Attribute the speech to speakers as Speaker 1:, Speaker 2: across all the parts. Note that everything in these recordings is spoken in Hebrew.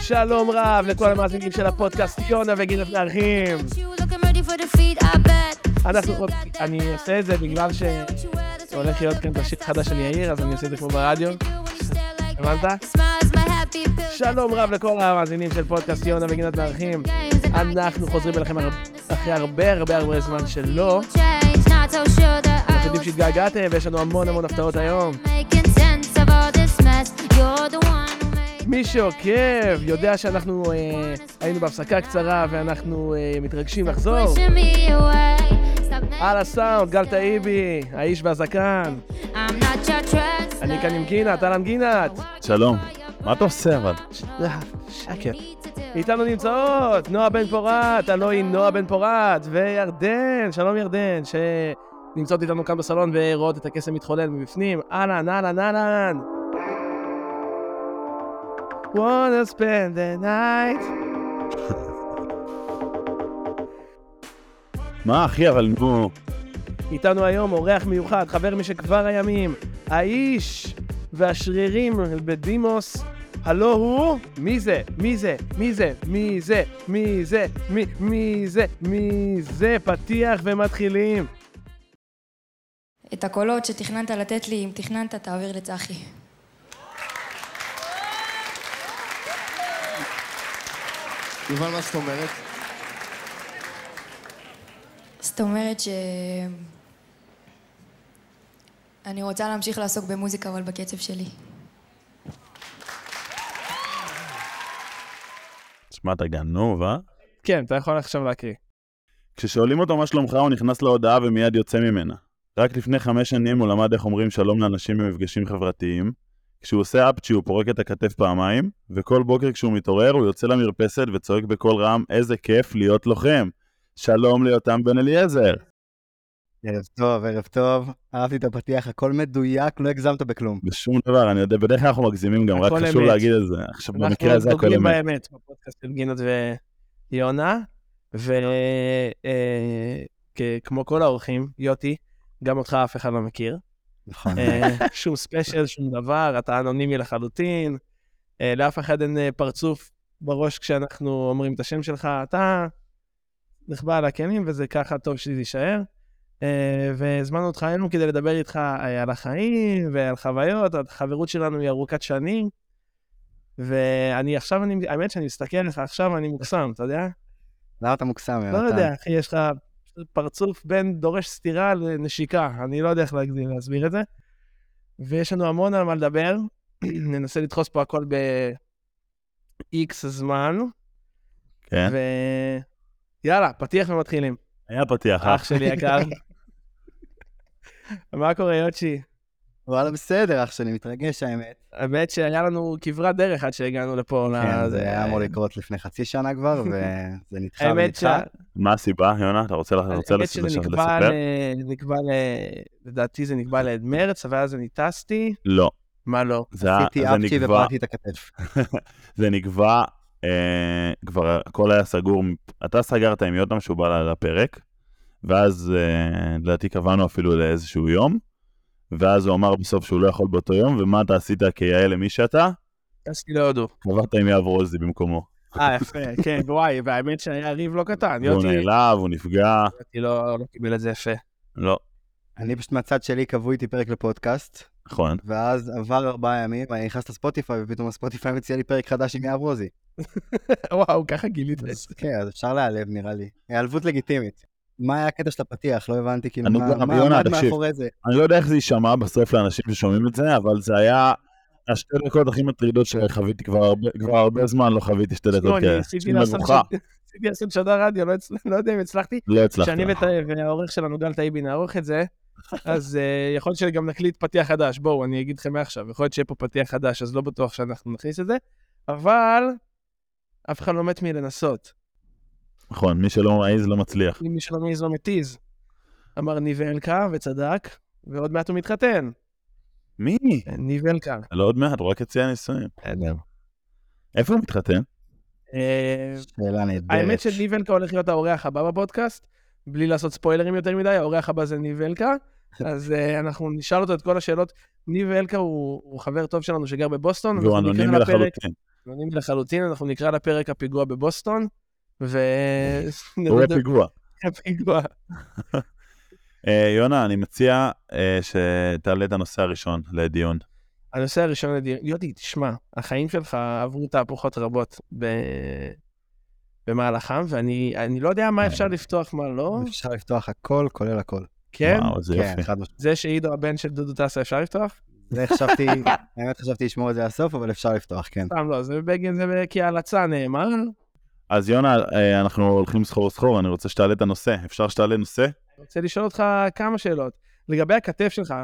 Speaker 1: שלום רב לכל המאזינים של הפודקאסט יונה וגיל הפנארחים. אנחנו חוק... אני עושה את זה בגלל שהולך להיות כאן בשיר חדש של יאיר, אז אני עושה את זה כמו ברדיו. הבנת? שלום רב לכל המאזינים של פודקאסט יונה וגינת מארחים. אנחנו חוזרים אליכם הר... אחרי הרבה הרבה הרבה זמן שלא. אנחנו יודעים שהתגעגעתם ויש לנו המון המון הפתעות היום. מי שעוקב יודע שאנחנו אה, היינו בהפסקה קצרה ואנחנו אה, מתרגשים לחזור. על הסאונד, גל טאיבי, האיש והזקן. אני כאן עם גינת, אהלן גינת.
Speaker 2: שלום. מה אתה עושה אבל?
Speaker 1: אה, שקר. איתנו נמצאות נועה בן פורת, הלוא היא נועה בן פורת, וירדן, שלום ירדן, שנמצאות איתנו כאן בסלון ורואות את הקסם מתחולל מבפנים. אהלן, אהלן, אהלן. wanna spend the night.
Speaker 2: מה אחי אבל נו,
Speaker 1: איתנו היום אורח מיוחד, חבר משכבר הימים, האיש והשרירים בדימוס. הלו הוא? מי זה? מי זה? מי זה? מי זה? מי זה? מי מי זה? מי זה? פתיח ומתחילים.
Speaker 3: את הקולות שתכננת לתת לי, אם תכננת, תעביר לצחי.
Speaker 4: יובל, מה זאת אומרת?
Speaker 3: זאת אומרת ש... אני רוצה להמשיך לעסוק במוזיקה, אבל בקצב שלי.
Speaker 2: תשמע אתה גנוב, אה?
Speaker 1: כן, אתה יכול עכשיו להקריא.
Speaker 2: כששואלים אותו מה שלומך הוא נכנס להודעה ומיד יוצא ממנה. רק לפני חמש שנים הוא למד איך אומרים שלום לאנשים במפגשים חברתיים. כשהוא עושה אפצ'י הוא פורק את הכתף פעמיים, וכל בוקר כשהוא מתעורר הוא יוצא למרפסת וצועק בקול רם איזה כיף להיות לוחם. שלום ליותם בן אליעזר.
Speaker 4: ערב טוב, ערב טוב. אהבתי את הפתיח, הכל מדויק, לא הגזמת בכלום.
Speaker 2: בשום דבר, אני יודע, בדרך כלל אנחנו מגזימים גם, רק
Speaker 1: הכל
Speaker 2: חשוב
Speaker 1: אמת.
Speaker 2: להגיד את זה. עכשיו
Speaker 1: אנחנו
Speaker 2: במקרה הזה הכל
Speaker 1: דוגלים
Speaker 2: אמת.
Speaker 1: באמת בפודקאסט של גינת ויונה, אה, וכמו כל האורחים, יוטי, גם אותך אף אחד לא מכיר.
Speaker 4: נכון.
Speaker 1: אה, שום ספיישל, שום דבר, אתה אנונימי לחלוטין, אה, לאף אחד אין אה, פרצוף בראש כשאנחנו אומרים את השם שלך, אתה נחבא על הכלים וזה ככה טוב שזה יישאר. אה, והזמנו אותך אלינו כדי לדבר איתך אה, על החיים ועל חוויות, החברות שלנו היא ארוכת שנים. ואני עכשיו, אני, האמת שאני מסתכל עליך עכשיו, אני מוקסם, אתה יודע?
Speaker 4: למה אתה מוקסם, יונתן?
Speaker 1: לא יודע, אחי, יש לך פרצוף בין דורש סטירה לנשיקה, אני לא יודע איך להגדיר, להסביר את זה. ויש לנו המון על מה לדבר, ננסה לדחוס פה הכל ב-X זמן,
Speaker 2: כן,
Speaker 1: ויאללה, פתיח ומתחילים.
Speaker 2: היה פתיח. אה?
Speaker 1: אח שלי יקר. מה קורה, יוצ'י?
Speaker 4: וואלה, בסדר, אח שלי, מתרגש האמת.
Speaker 1: האמת שהיה לנו כברת דרך עד שהגענו לפה.
Speaker 4: כן,
Speaker 1: לזה.
Speaker 4: זה היה אמור לקרות לפני חצי שנה כבר, וזה נדחה
Speaker 1: אה, האמת שה-
Speaker 4: ונדחה.
Speaker 2: מה הסיבה, יונה? אתה רוצה אתה רוצה
Speaker 1: האמת
Speaker 2: לס-
Speaker 1: שזה
Speaker 2: לס-
Speaker 1: נקבע,
Speaker 2: לספר?
Speaker 1: ל- נקבע, ל- לדעתי זה נקבע למרץ, אבל אז אני טסתי.
Speaker 2: לא.
Speaker 1: מה לא?
Speaker 2: זה היה-
Speaker 4: עשיתי
Speaker 2: זה
Speaker 4: אפצ'י
Speaker 2: נקבע
Speaker 4: ופרקתי את הכתף.
Speaker 2: זה נקבע, אה, כבר הכל היה סגור, אתה סגרת עם יותם שהוא בא ל- לפרק, ואז אה, לדעתי קבענו אפילו לאיזשהו יום, ואז הוא אמר בסוף שהוא לא יכול באותו יום, ומה אתה עשית כיאה למי שאתה?
Speaker 1: טסתי להודו.
Speaker 2: קבעת עם יאב רוזי במקומו.
Speaker 1: אה, יפה, כן, וואי, והאמת שהיה ריב לא קטן.
Speaker 2: והוא
Speaker 1: יוטי
Speaker 2: נעלב, הוא נפגע,
Speaker 1: יוטי לא לא קיבל את זה יפה.
Speaker 2: לא,
Speaker 4: אני פשוט מהצד שלי קבעו איתי פרק לפודקאסט,
Speaker 2: נכון.
Speaker 4: ואז עבר ארבעה ימים, אני נכנס לספוטיפיי, ופתאום הספוטיפיי מציע לי פרק חדש עם יאב רוזי.
Speaker 1: וואו, ככה גילית את
Speaker 4: אז
Speaker 1: זה.
Speaker 4: כן, אז אפשר להיעלב נראה לי. העלבות לגיטימית. מה היה הקטע של הפתיח? לא הבנתי, כאילו,
Speaker 2: אני
Speaker 4: מה
Speaker 2: גם-
Speaker 4: מה
Speaker 2: יונה,
Speaker 4: עמד
Speaker 2: תקשיב.
Speaker 4: מאחורי זה?
Speaker 2: אני לא יודע איך זה יישמע בסוף לאנשים ששומעים את זה, אבל זה היה השתי דקות הכי מטרידות שחוויתי כבר הרבה, כבר הרבה זמן, לא חוויתי שתי
Speaker 1: לא,
Speaker 2: דקות
Speaker 1: אני
Speaker 2: כאלה.
Speaker 1: ניסיתי
Speaker 2: של
Speaker 1: לעשות
Speaker 2: מבוכה.
Speaker 1: ש- ניסיתי לעשות שדר רדיו, לא הצל- לא יודע אם הצלחתי.
Speaker 2: לא הצלחתי.
Speaker 1: כשאני ואת- והעורך שלנו, גל טייבי, נערוך את זה, אז אה, יכול להיות שגם נקליט פתיח חדש. בואו, אני אגיד לכם מעכשיו, יכול להיות שיהיה פה פתיח חדש, אז לא בטוח שאנחנו נכניס את זה, אבל אף אחד לא מת מלנסות.
Speaker 2: נכון, מי שלא מעז לא מצליח.
Speaker 1: אם מישהו לא מעז לא מתיז. אמר ניב אלקה, וצדק, ועוד מעט הוא מתחתן.
Speaker 2: מי?
Speaker 1: ניב אלקה.
Speaker 2: לא עוד מעט, הוא רק יציע נישואים.
Speaker 1: בסדר.
Speaker 2: איפה הוא מתחתן?
Speaker 4: שאלה נהדרת.
Speaker 1: אה, האמת שניב אלקה הולך להיות האורח הבא בפודקאסט, בלי לעשות ספוילרים יותר מדי, האורח הבא זה ניב אלקה, אז אה, אנחנו נשאל אותו את כל השאלות. ניב אלקה הוא הוא חבר טוב שלנו שגר בבוסטון.
Speaker 2: והוא
Speaker 1: אנחנו נקרא
Speaker 2: אנונימי
Speaker 1: לפרק-
Speaker 2: לחלוטין.
Speaker 1: אנונימי לחלוטין, אנחנו נקרא לפרק הפיגוע בבוסטון, ו...
Speaker 2: הוא הפיגוע.
Speaker 1: הפיגוע.
Speaker 2: אה, יונה, אני מציע אה, שתעלה את הנושא הראשון לדיון.
Speaker 1: הנושא הראשון לדיון, יודי, תשמע, החיים שלך עברו תהפוכות רבות ב... במהלכם, ואני אני לא יודע מה אפשר לפתוח, מה לא.
Speaker 4: כן. אפשר לפתוח הכל, כולל הכל.
Speaker 1: כן,
Speaker 2: וואו, איזה
Speaker 4: כן,
Speaker 2: יופי.
Speaker 4: חד משמעית.
Speaker 1: זה שעידו הבן של דודו טסה אפשר לפתוח?
Speaker 4: זה חשבתי, האמת חשבתי לשמור את זה לסוף, אבל אפשר לפתוח, כן.
Speaker 1: סתם לא, זה בגין זה כהלצה נאמר.
Speaker 2: אז יונה, אה, אנחנו הולכים סחור סחור, אני רוצה שתעלה את הנושא. אפשר שתעלה נושא?
Speaker 1: אני רוצה לשאול אותך כמה שאלות. לגבי הכתף שלך,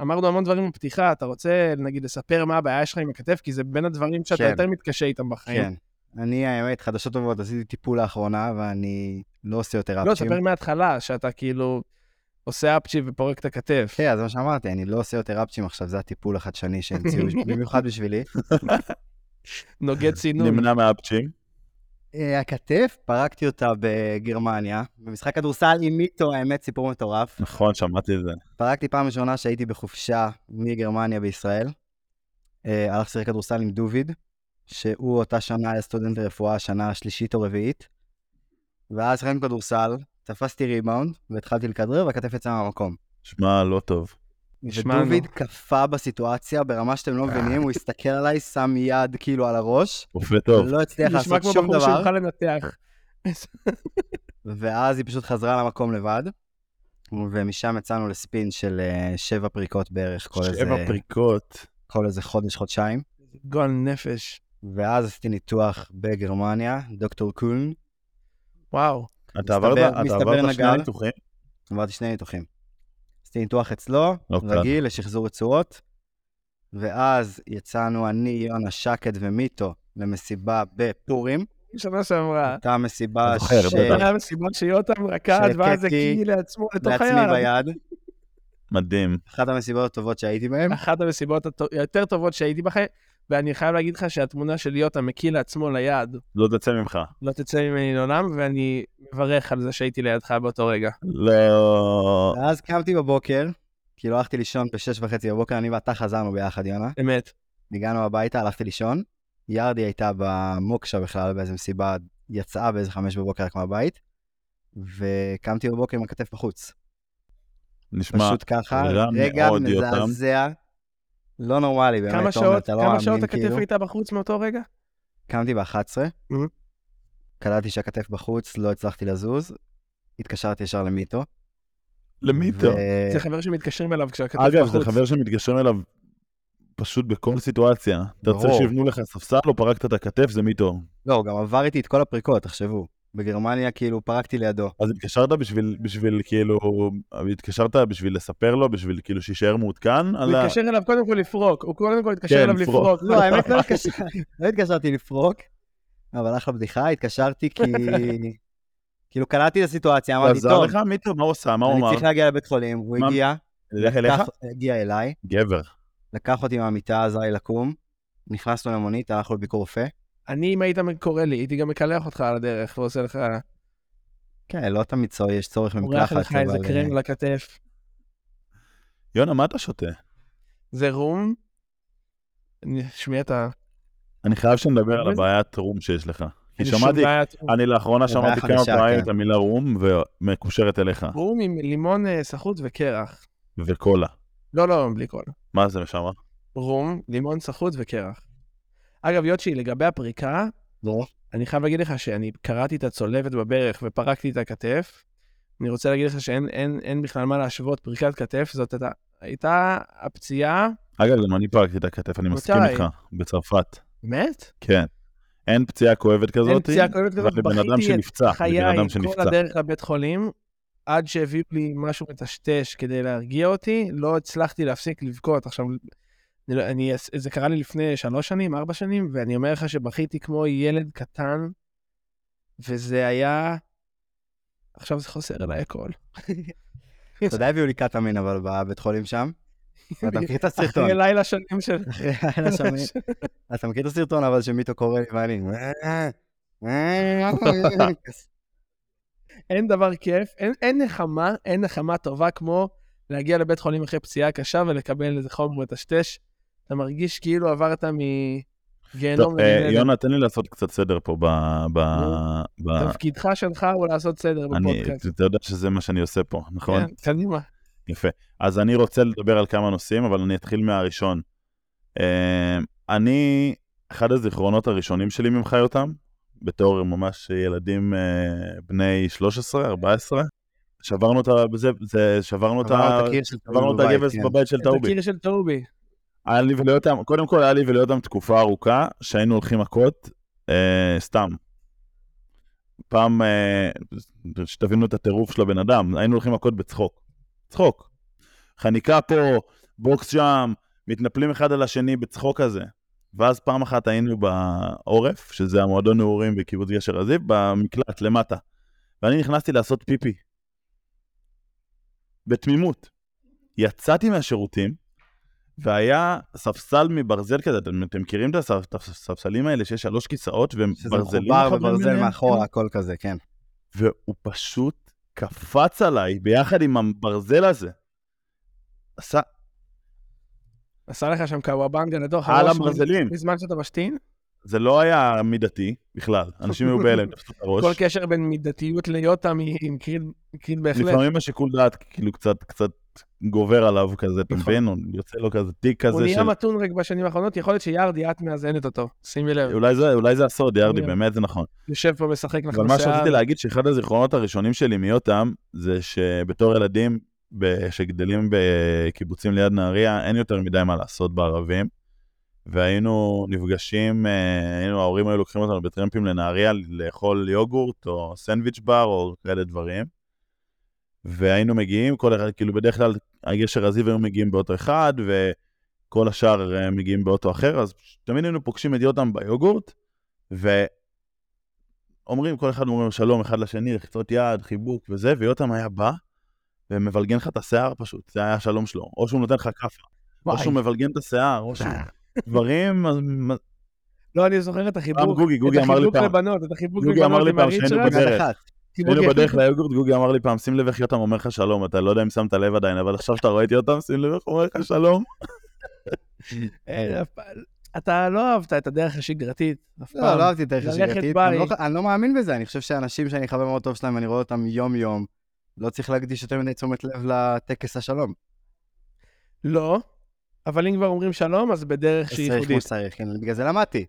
Speaker 1: אמרנו המון דברים בפתיחה, אתה רוצה נגיד לספר מה הבעיה שלך עם הכתף? כי זה בין הדברים שאתה
Speaker 4: כן.
Speaker 1: יותר מתקשה איתם בחיים.
Speaker 4: כן. אני, האמת, חדשות טובות, עשיתי טיפול לאחרונה, ואני לא עושה יותר
Speaker 1: לא,
Speaker 4: אפצ'ים.
Speaker 1: ספר מההתחלה, שאתה כאילו עושה אפצ'י ופורק את הכתף.
Speaker 4: כן, אז מה שאמרתי, אני לא עושה יותר אפצ'ים עכשיו, זה הטיפול החדשני שהמציאו, במיוחד בשבילי.
Speaker 1: נוגד סינון.
Speaker 2: נמנע מהאפצ'ים.
Speaker 4: אה, הכתף, פרקתי אותה בגרמניה, במשחק כדורסל עם מיטו, האמת, סיפור מטורף.
Speaker 2: נכון, שמעתי את זה.
Speaker 4: פרקתי פעם ראשונה שהייתי בחופשה מגרמניה בישראל. אה, הלך לשחק כדורסל עם דוביד, שהוא אותה שנה היה סטודנט לרפואה, שנה שלישית או רביעית. ואז שיחקנו כדורסל, תפסתי ריבאונד, והתחלתי לכדרר, והכתף יצאה מהמקום.
Speaker 2: שמע, לא טוב.
Speaker 1: נשמע לנו.
Speaker 4: ודוביד קפא בסיטואציה ברמה שאתם
Speaker 2: אה.
Speaker 4: לא מבינים, הוא הסתכל עליי, שם יד כאילו על הראש,
Speaker 2: רופא טוב.
Speaker 4: לא הצליח
Speaker 1: נשמע
Speaker 4: לעשות
Speaker 1: כמו
Speaker 4: שום
Speaker 1: בחור
Speaker 4: דבר,
Speaker 1: שיוכל לנתח.
Speaker 4: ואז היא פשוט חזרה למקום לבד, ומשם יצאנו לספין של אה, שבע פריקות בערך, כל איזה,
Speaker 2: שבע פריקות.
Speaker 4: כל איזה חודש, חודשיים.
Speaker 1: גועל נפש.
Speaker 4: ואז עשיתי ניתוח בגרמניה, דוקטור קולן,
Speaker 1: וואו.
Speaker 2: אתה עברת
Speaker 4: מסתבר-
Speaker 2: אתה
Speaker 4: מסתבר
Speaker 2: עברת שני
Speaker 4: נגל.
Speaker 2: ניתוחים?
Speaker 4: עברתי שני ניתוחים. עשיתי ניתוח אצלו,
Speaker 2: לא קל.
Speaker 4: רגיל, לשחזור רצועות, ואז יצאנו אני, יונה שקד ומיטו למסיבה בפורים.
Speaker 1: שנה שעברה.
Speaker 4: הייתה מסיבה
Speaker 2: אתה זוכר,
Speaker 4: ש-
Speaker 2: בטח.
Speaker 1: זה היה מסיבות שיותם רקד, ואז זה
Speaker 4: שהכיתי
Speaker 1: קי לעצמו לתוך
Speaker 4: לעצמי
Speaker 1: היד.
Speaker 4: ביד,
Speaker 2: מדהים.
Speaker 4: אחת המסיבות הטובות שהייתי בהן.
Speaker 1: אחת המסיבות הטו- היותר טובות שהייתי בחיים, ואני חייב להגיד לך שהתמונה של יותם מקיא לעצמו ליד,
Speaker 2: לא תצא ממך.
Speaker 1: לא תצא ממני לעולם, ואני מברך על זה שהייתי לידך באותו רגע.
Speaker 2: לא...
Speaker 4: ואז קמתי בבוקר, כאילו הלכתי לישון בשש וחצי בבוקר, אני ואתה חזרנו ביחד, יונה.
Speaker 1: אמת.
Speaker 4: הגענו הביתה, הלכתי לישון. ירדי הייתה במוקשה בכלל, באיזה מסיבה, יצאה באיזה חמש בבוקר רק מהבית, וקמתי בבוקר עם הכתף בחוץ.
Speaker 2: נשמע,
Speaker 4: פשוט ככה,
Speaker 2: רע
Speaker 4: רגע
Speaker 2: מאוד, יותם.
Speaker 4: מזעזע, לא נורמלי באמת,
Speaker 1: כמה
Speaker 4: תומר,
Speaker 1: שעות,
Speaker 4: אתה לא
Speaker 1: כמה שעות
Speaker 4: מאמין
Speaker 1: הכתף
Speaker 4: כאילו.
Speaker 1: הייתה בחוץ מאותו רגע?
Speaker 4: קמתי ב-11,
Speaker 1: מהמם.
Speaker 4: קלטתי שהכתף בחוץ, לא הצלחתי לזוז, התקשרתי ישר למיטו.
Speaker 2: למי טוב?
Speaker 4: ו-
Speaker 1: זה חבר שמתקשרים אליו כשהכתף בחוץ.
Speaker 2: אגב, זה חבר שמתגשם אליו פשוט בכל סיטואציה. אתה
Speaker 4: ברור.
Speaker 2: צריך שיבנו לך ספסל או פרקת את הכתף, זה מיטו.
Speaker 4: לא, הוא גם עבר איתי את כל הפריקות, תחשבו. בגרמניה כאילו פרקתי לידו.
Speaker 2: אז התקשרת בשביל, בשביל כאילו, התקשרת בשביל לספר לו, בשביל כאילו שיישאר מעודכן? על
Speaker 1: הוא
Speaker 2: ה-
Speaker 1: התקשר אליו קודם כל לפרוק, הוא קודם כל התקשר
Speaker 2: כן,
Speaker 1: אליו
Speaker 2: לפרוק.
Speaker 1: לפרוק.
Speaker 4: לא, האמת לא התקשרתי, לא התקשרתי לפרוק, אבל אחלה בדיחה, התקשרתי כי... כאילו קלטתי את הסיטואציה, אמרתי,
Speaker 2: עזר
Speaker 4: טוב,
Speaker 2: לך מיטו? מה הוא עשה? מה הוא
Speaker 4: אני
Speaker 2: אמר?
Speaker 4: צריך להגיע לבית חולים, הוא
Speaker 2: מה-
Speaker 4: הגיע,
Speaker 2: נלך אליך?
Speaker 4: לקח- הגיע אליי,
Speaker 2: גבר.
Speaker 4: לקח אותי מהמיטה, עזר לי לקום, נכנסנו למונית, הלכנו לביקור רופא.
Speaker 1: אני, אם היית קורא לי, הייתי גם מקלח אותך על הדרך, ועושה לך,
Speaker 4: כן, לא תמיד צור, יש צורך
Speaker 1: אורח
Speaker 4: במקלחת,
Speaker 1: לך איזה
Speaker 2: אה,
Speaker 4: אבל,
Speaker 1: קרם על הכתף.
Speaker 2: יונה, מה אתה שותה?
Speaker 1: זה רום. נשמיע את ה...
Speaker 2: אני חייב שנדבר על
Speaker 1: איזה-
Speaker 2: הבעיית רום שיש לך. כי
Speaker 1: אין שום
Speaker 2: שמעתי, אה,
Speaker 1: בעיית-
Speaker 2: אני לאחרונה
Speaker 4: זה
Speaker 2: שמעתי
Speaker 4: בעיה
Speaker 2: כמה
Speaker 4: חדשה,
Speaker 2: פעמים
Speaker 4: כן.
Speaker 2: את המילה רום, ומקושרת אליך.
Speaker 1: רום עם לימון אה, סחוט וקרח.
Speaker 2: וקולה.
Speaker 1: לא, לא, בלי קול.
Speaker 2: מה זה שמה?
Speaker 1: רום, לימון סחוט וקרח. אגב, יוצ'י, לגבי הפריקה,
Speaker 4: אה, לא.
Speaker 1: אני חייב להגיד לך שאני קרעתי את הצולבת בברך ופרקתי את הכתף. אני רוצה להגיד לך שאין אין, אין בכלל מה להשוות פריקת כתף, זאת הייתה, הייתה הפציעה,
Speaker 2: אגב, גם אני פרקתי את הכתף, אני מסכים
Speaker 1: מתי?
Speaker 2: איתך, בצרפת.
Speaker 1: באמת?
Speaker 2: כן. אין פציעה כואבת כזאת.
Speaker 1: אין פציעה כואבת כזאת,
Speaker 2: אבל לבן אדם
Speaker 1: בכיתי את
Speaker 2: שנפצע, לבן
Speaker 1: חיי
Speaker 2: אדם
Speaker 1: כל
Speaker 2: שנפצע.
Speaker 1: הדרך לבית חולים, עד שהביאו לי משהו מטשטש כדי להרגיע אותי, לא הצלחתי להפסיק לבכות. עכשיו, אני, לא- אני, זה קרה לי לפני שלוש שנים, ארבע שנים, ואני אומר לך שבכיתי כמו ילד קטן, וזה היה... עכשיו זה חוסר אליי הכל.
Speaker 4: אתה יודע, הביאו לי קטאמין, אבל בבית חולים שם. אתה מכיר את הסרטון.
Speaker 1: אחרי לילה שלם של...
Speaker 4: אחרי הלילה שם, אתה מכיר את הסרטון אבל שמיטו קורא לי ואני...
Speaker 1: אין דבר כיף, אין, אין נחמה, אין נחמה טובה כמו להגיע לבית חולים אחרי פציעה קשה ולקבל איזה חום מטשטש. אתה מרגיש כאילו עברת מ... גיהנום
Speaker 2: טוב, אה,
Speaker 1: לגן עדן.
Speaker 2: יונה, תן לי לעשות קצת סדר פה ב... ב... ב...
Speaker 1: תפקידך שלך הוא לעשות סדר
Speaker 2: אני,
Speaker 1: בפודקאסט.
Speaker 2: אתה יודע שזה מה שאני עושה פה, נכון?
Speaker 1: כן, קדימה.
Speaker 2: יפה. אז אני רוצה לדבר על כמה נושאים, אבל אני אתחיל מהראשון. אה, אני, אחד הזיכרונות הראשונים שלי ממך, יותם, בתור ממש ילדים אה, בני 13, 14, שברנו את ה... זה, זה, שברנו את ה...
Speaker 4: עברנו את הקיר של
Speaker 2: שברנו את
Speaker 4: בבית,
Speaker 2: הגבס
Speaker 4: כן.
Speaker 2: בבית של
Speaker 1: את
Speaker 2: טאובי.
Speaker 1: הקיר של טאובי.
Speaker 2: היה לי וליותם, קודם כל היה לי וליותם תקופה ארוכה שהיינו הולכים מכות, אה, סתם. פעם, אה, שתבינו את הטירוף של הבן אדם, היינו הולכים מכות בצחוק. צחוק. חניקה פה, בוקס שם, מתנפלים אחד על השני בצחוק הזה. ואז פעם אחת היינו בעורף, שזה המועדון נעורים בקיבוץ גשר הזיו, במקלט למטה. ואני נכנסתי לעשות פיפי. בתמימות. יצאתי מהשירותים, והיה ספסל מברזל כזה, אתם, אתם מכירים את הספ- את הספסלים האלה שיש שלוש כיסאות והם
Speaker 4: שזה
Speaker 2: ברזלים
Speaker 4: מחובר
Speaker 2: מחברים
Speaker 4: בברזל
Speaker 2: ביניהם?
Speaker 4: מאחורה, הכל כזה, כן.
Speaker 2: והוא פשוט קפץ עליי ביחד עם הברזל הזה. עשה
Speaker 1: עשה לך שם קוואבנגה לתוך
Speaker 2: על
Speaker 1: הראש
Speaker 2: הברזלים.
Speaker 1: בזמן שאתה משתין.
Speaker 2: זה לא היה מידתי בכלל, אנשים היו בהלם, תפסו את
Speaker 1: כל
Speaker 2: הראש.
Speaker 1: קשר בין מידתיות ליותם היא היא מקרית מקרית בהחלט.
Speaker 2: לפעמים השיקול דעת כאילו קצת קצת גובר עליו כזה, אתה
Speaker 1: נכון.
Speaker 2: מבין? הוא יוצא לו כזה תיק
Speaker 1: הוא
Speaker 2: כזה
Speaker 1: נהיה
Speaker 2: של...
Speaker 1: מתון רק בשנים האחרונות, יכול להיות שיארדי את מאזנת אותו, שימי לב.
Speaker 2: אולי זה- אולי זה הסוד, ירדי,
Speaker 1: הוא
Speaker 2: באמת זה נכון.
Speaker 1: יושב פה משחק לך
Speaker 2: אבל מה שרציתי להגיד, שאחד הזיכרונות הראשונים שלי מיותם, זה שבתור ילדים ב- שגדלים בקיבוצים ליד נהריה, אין יותר מדי מה לעשות בערבים. והיינו נפגשים, אה, היינו, ההורים היו לוקחים אותנו בטרמפים לנהריה לאכול יוגורט או סנדוויץ' בר או כאלה דברים. והיינו מגיעים, כל אחד, כאילו בדרך כלל הגשר הזיו היו מגיעים באוטו אחד, וכל השאר אה, מגיעים באוטו אחר, אז תמיד היינו פוגשים את יותם ביוגורט, ו... אומרים, כל אחד אומר שלום אחד לשני, לחיצות יד, חיבוק וזה, ויותם היה בא ומבלגן לך את השיער פשוט, זה היה השלום שלו. או שהוא נותן לך כאפה, או
Speaker 4: לא
Speaker 2: שהוא מבלגן את השיער, או שהוא... דברים, אז מ-
Speaker 1: לא, אני זוכר את
Speaker 2: פעם
Speaker 1: החיבוק.
Speaker 2: גוגי, גוגי אמר לי
Speaker 1: את
Speaker 2: פעם,
Speaker 1: החיבוק לבנות, את החיבוק
Speaker 2: גוגי אמר
Speaker 1: לבנות
Speaker 2: לי
Speaker 1: עם
Speaker 2: פעם שהיינו
Speaker 1: הריצ'רד.
Speaker 2: בדרך.
Speaker 4: יד אחת.
Speaker 1: חיבוק
Speaker 2: היינו
Speaker 1: יחיד.
Speaker 2: בדרך ליוגורט, גוגי אמר לי פעם, שים לב איך יותם אומר לך שלום, אתה לא יודע אם שמת לב עדיין, אבל עכשיו שאתה רואה את יותם, שים לב איך הוא אומר לך שלום.
Speaker 1: אה, אף פעם- אתה לא אהבת את הדרך השגרתית, אף פעם.
Speaker 4: לא, לא אהבתי את דרך
Speaker 1: ללכת
Speaker 4: השגרתית.
Speaker 1: ביי.
Speaker 4: אני לא- אני לא מאמין בזה, אני חושב שאנשים שאני חבר מאוד טוב שלהם, אני רואה אותם יום-יום, לא צריך להקדיש יותר מדי תשומת לב לטקס השלום.
Speaker 1: לא, אבל אם כבר אומרים שלום, אז בדרך שהיא
Speaker 4: צריך כמו
Speaker 1: ייחודית.
Speaker 4: שצריך, כן, בגלל זה למדתי.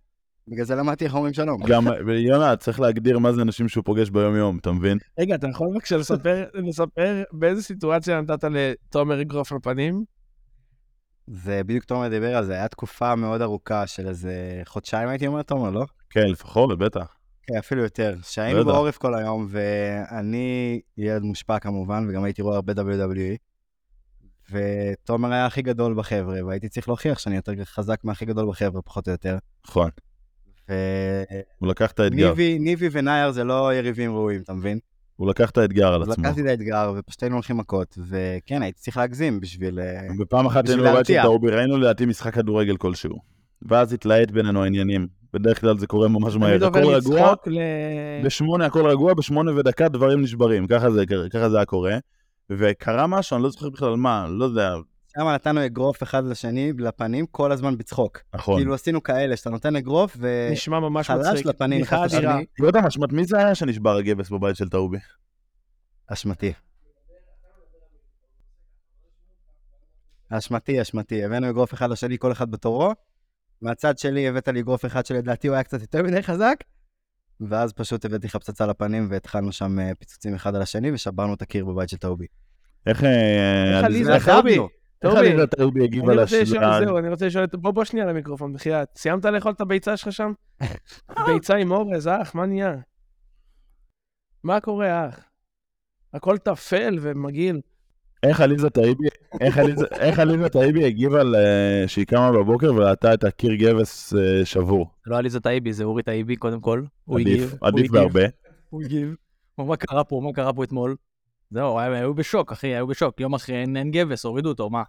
Speaker 4: בגלל זה למדתי איך אומרים שלום.
Speaker 2: גם, יונה, צריך להגדיר מה זה אנשים שהוא פוגש ביום-יום, אתה מבין?
Speaker 1: רגע, אתה יכול בבקשה לספר- לספר באיזה סיטואציה נתת לתומר אגרוף לפנים?
Speaker 4: זה בדיוק תומר דיבר על זה, היה תקופה מאוד ארוכה של איזה חודשיים הייתי אומר, תומר, לא?
Speaker 2: כן, לפחות, בטח.
Speaker 4: כן, אפילו יותר. שהיינו
Speaker 2: לא יודע.
Speaker 4: בעורף כל היום, ואני ילד מושפע כמובן, וגם הייתי רואה הרבה WWE, ותומר היה הכי גדול בחבר'ה, והייתי צריך להוכיח שאני יותר חזק מהכי גדול בחבר'ה, פחות או יותר.
Speaker 2: נכון,
Speaker 4: וניבי
Speaker 2: הוא לקח את האתגר,
Speaker 4: ניבי ונייר זה לא יריבים ראויים, אתה מבין?
Speaker 2: הוא לקח את האתגר על
Speaker 4: אז
Speaker 2: עצמו.
Speaker 4: לקחתי את האתגר, ופשוט היינו הולכים מכות, וכן, הייתי צריך להגזים בשביל... אה,
Speaker 2: בפעם כן. אחת
Speaker 4: בשביל
Speaker 2: היינו בבית של
Speaker 4: להרתיע.
Speaker 2: טאובי, ראינו לדעתי משחק כדורגל כלשהו. ואז התלהט בינינו העניינים. בדרך כלל זה קורה ממש
Speaker 1: תמיד
Speaker 2: מהר.
Speaker 1: עובר כן.
Speaker 2: הכל רגוע,
Speaker 1: לצחוק ל-
Speaker 2: בשמונה הכל רגוע, בשמונה ודקה דברים נשברים. ככה זה קרה- ככה זה היה קורה. וקרה משהו, אני לא זוכר בכלל מה, לא יודע,
Speaker 4: שם נתנו אגרוף אחד לשני לפנים כל הזמן בצחוק.
Speaker 2: נכון.
Speaker 4: כאילו עשינו כאלה, שאתה נותן אגרוף, ו...
Speaker 1: נשמע ממש
Speaker 4: חלש
Speaker 1: מצחיק.
Speaker 4: לפנים,
Speaker 1: בדיחה
Speaker 4: אחד
Speaker 1: אדירה.
Speaker 4: לשני.
Speaker 2: לא יודע מה, שמעת, מי זה היה שנשבר הגבס בבית של טאובי?
Speaker 4: אשמתי. אשמתי, אשמתי. הבאנו אגרוף אחד לשני, כל אחד בתורו. מהצד שלי הבאת לי אגרוף אחד שלדעתי הוא היה קצת יותר מדי חזק, ואז פשוט הבאתי לך פצצה לפנים והתחלנו שם אה, פיצוצים אחד על השני ושברנו את הקיר בבית של טאובי.
Speaker 2: איך... אה,
Speaker 1: איך
Speaker 2: אני-
Speaker 1: עליזה
Speaker 2: איך-
Speaker 1: טאובי?
Speaker 4: עזבנו.
Speaker 2: איך
Speaker 1: טאובי,
Speaker 2: עליזה טאובי הגיבה
Speaker 1: אני רוצה לשאול,
Speaker 2: לשאלה?
Speaker 1: זהו, אני רוצה לשאול, את- בוא בוא שנייה למיקרופון, בחייאת. סיימת לאכול את הביצה שלך שם? ביצה עם אורז, אח, מה נהיה? מה קורה, אח? הכל טפל ומגעיל.
Speaker 2: איך עליזה טאיבי, איך עליזה- איך עליזה טאיבי הגיבה ל- שהיא קמה בבוקר וראתה את הקיר גבס אה, שבור?
Speaker 5: לא עליזה טייבי, זה אורי טייבי קודם כל. הוא הגיב,
Speaker 2: עדיף,
Speaker 5: הוא
Speaker 2: עדיף
Speaker 5: הגיב,
Speaker 2: בהרבה.
Speaker 5: הוא הגיב. הוא אמר, מה קרה פה, מה קרה פה אתמול? זהו, הם היו בשוק, אחי, היו בשוק. יום אחרי אין אין גבס, הורידו אותו, מה?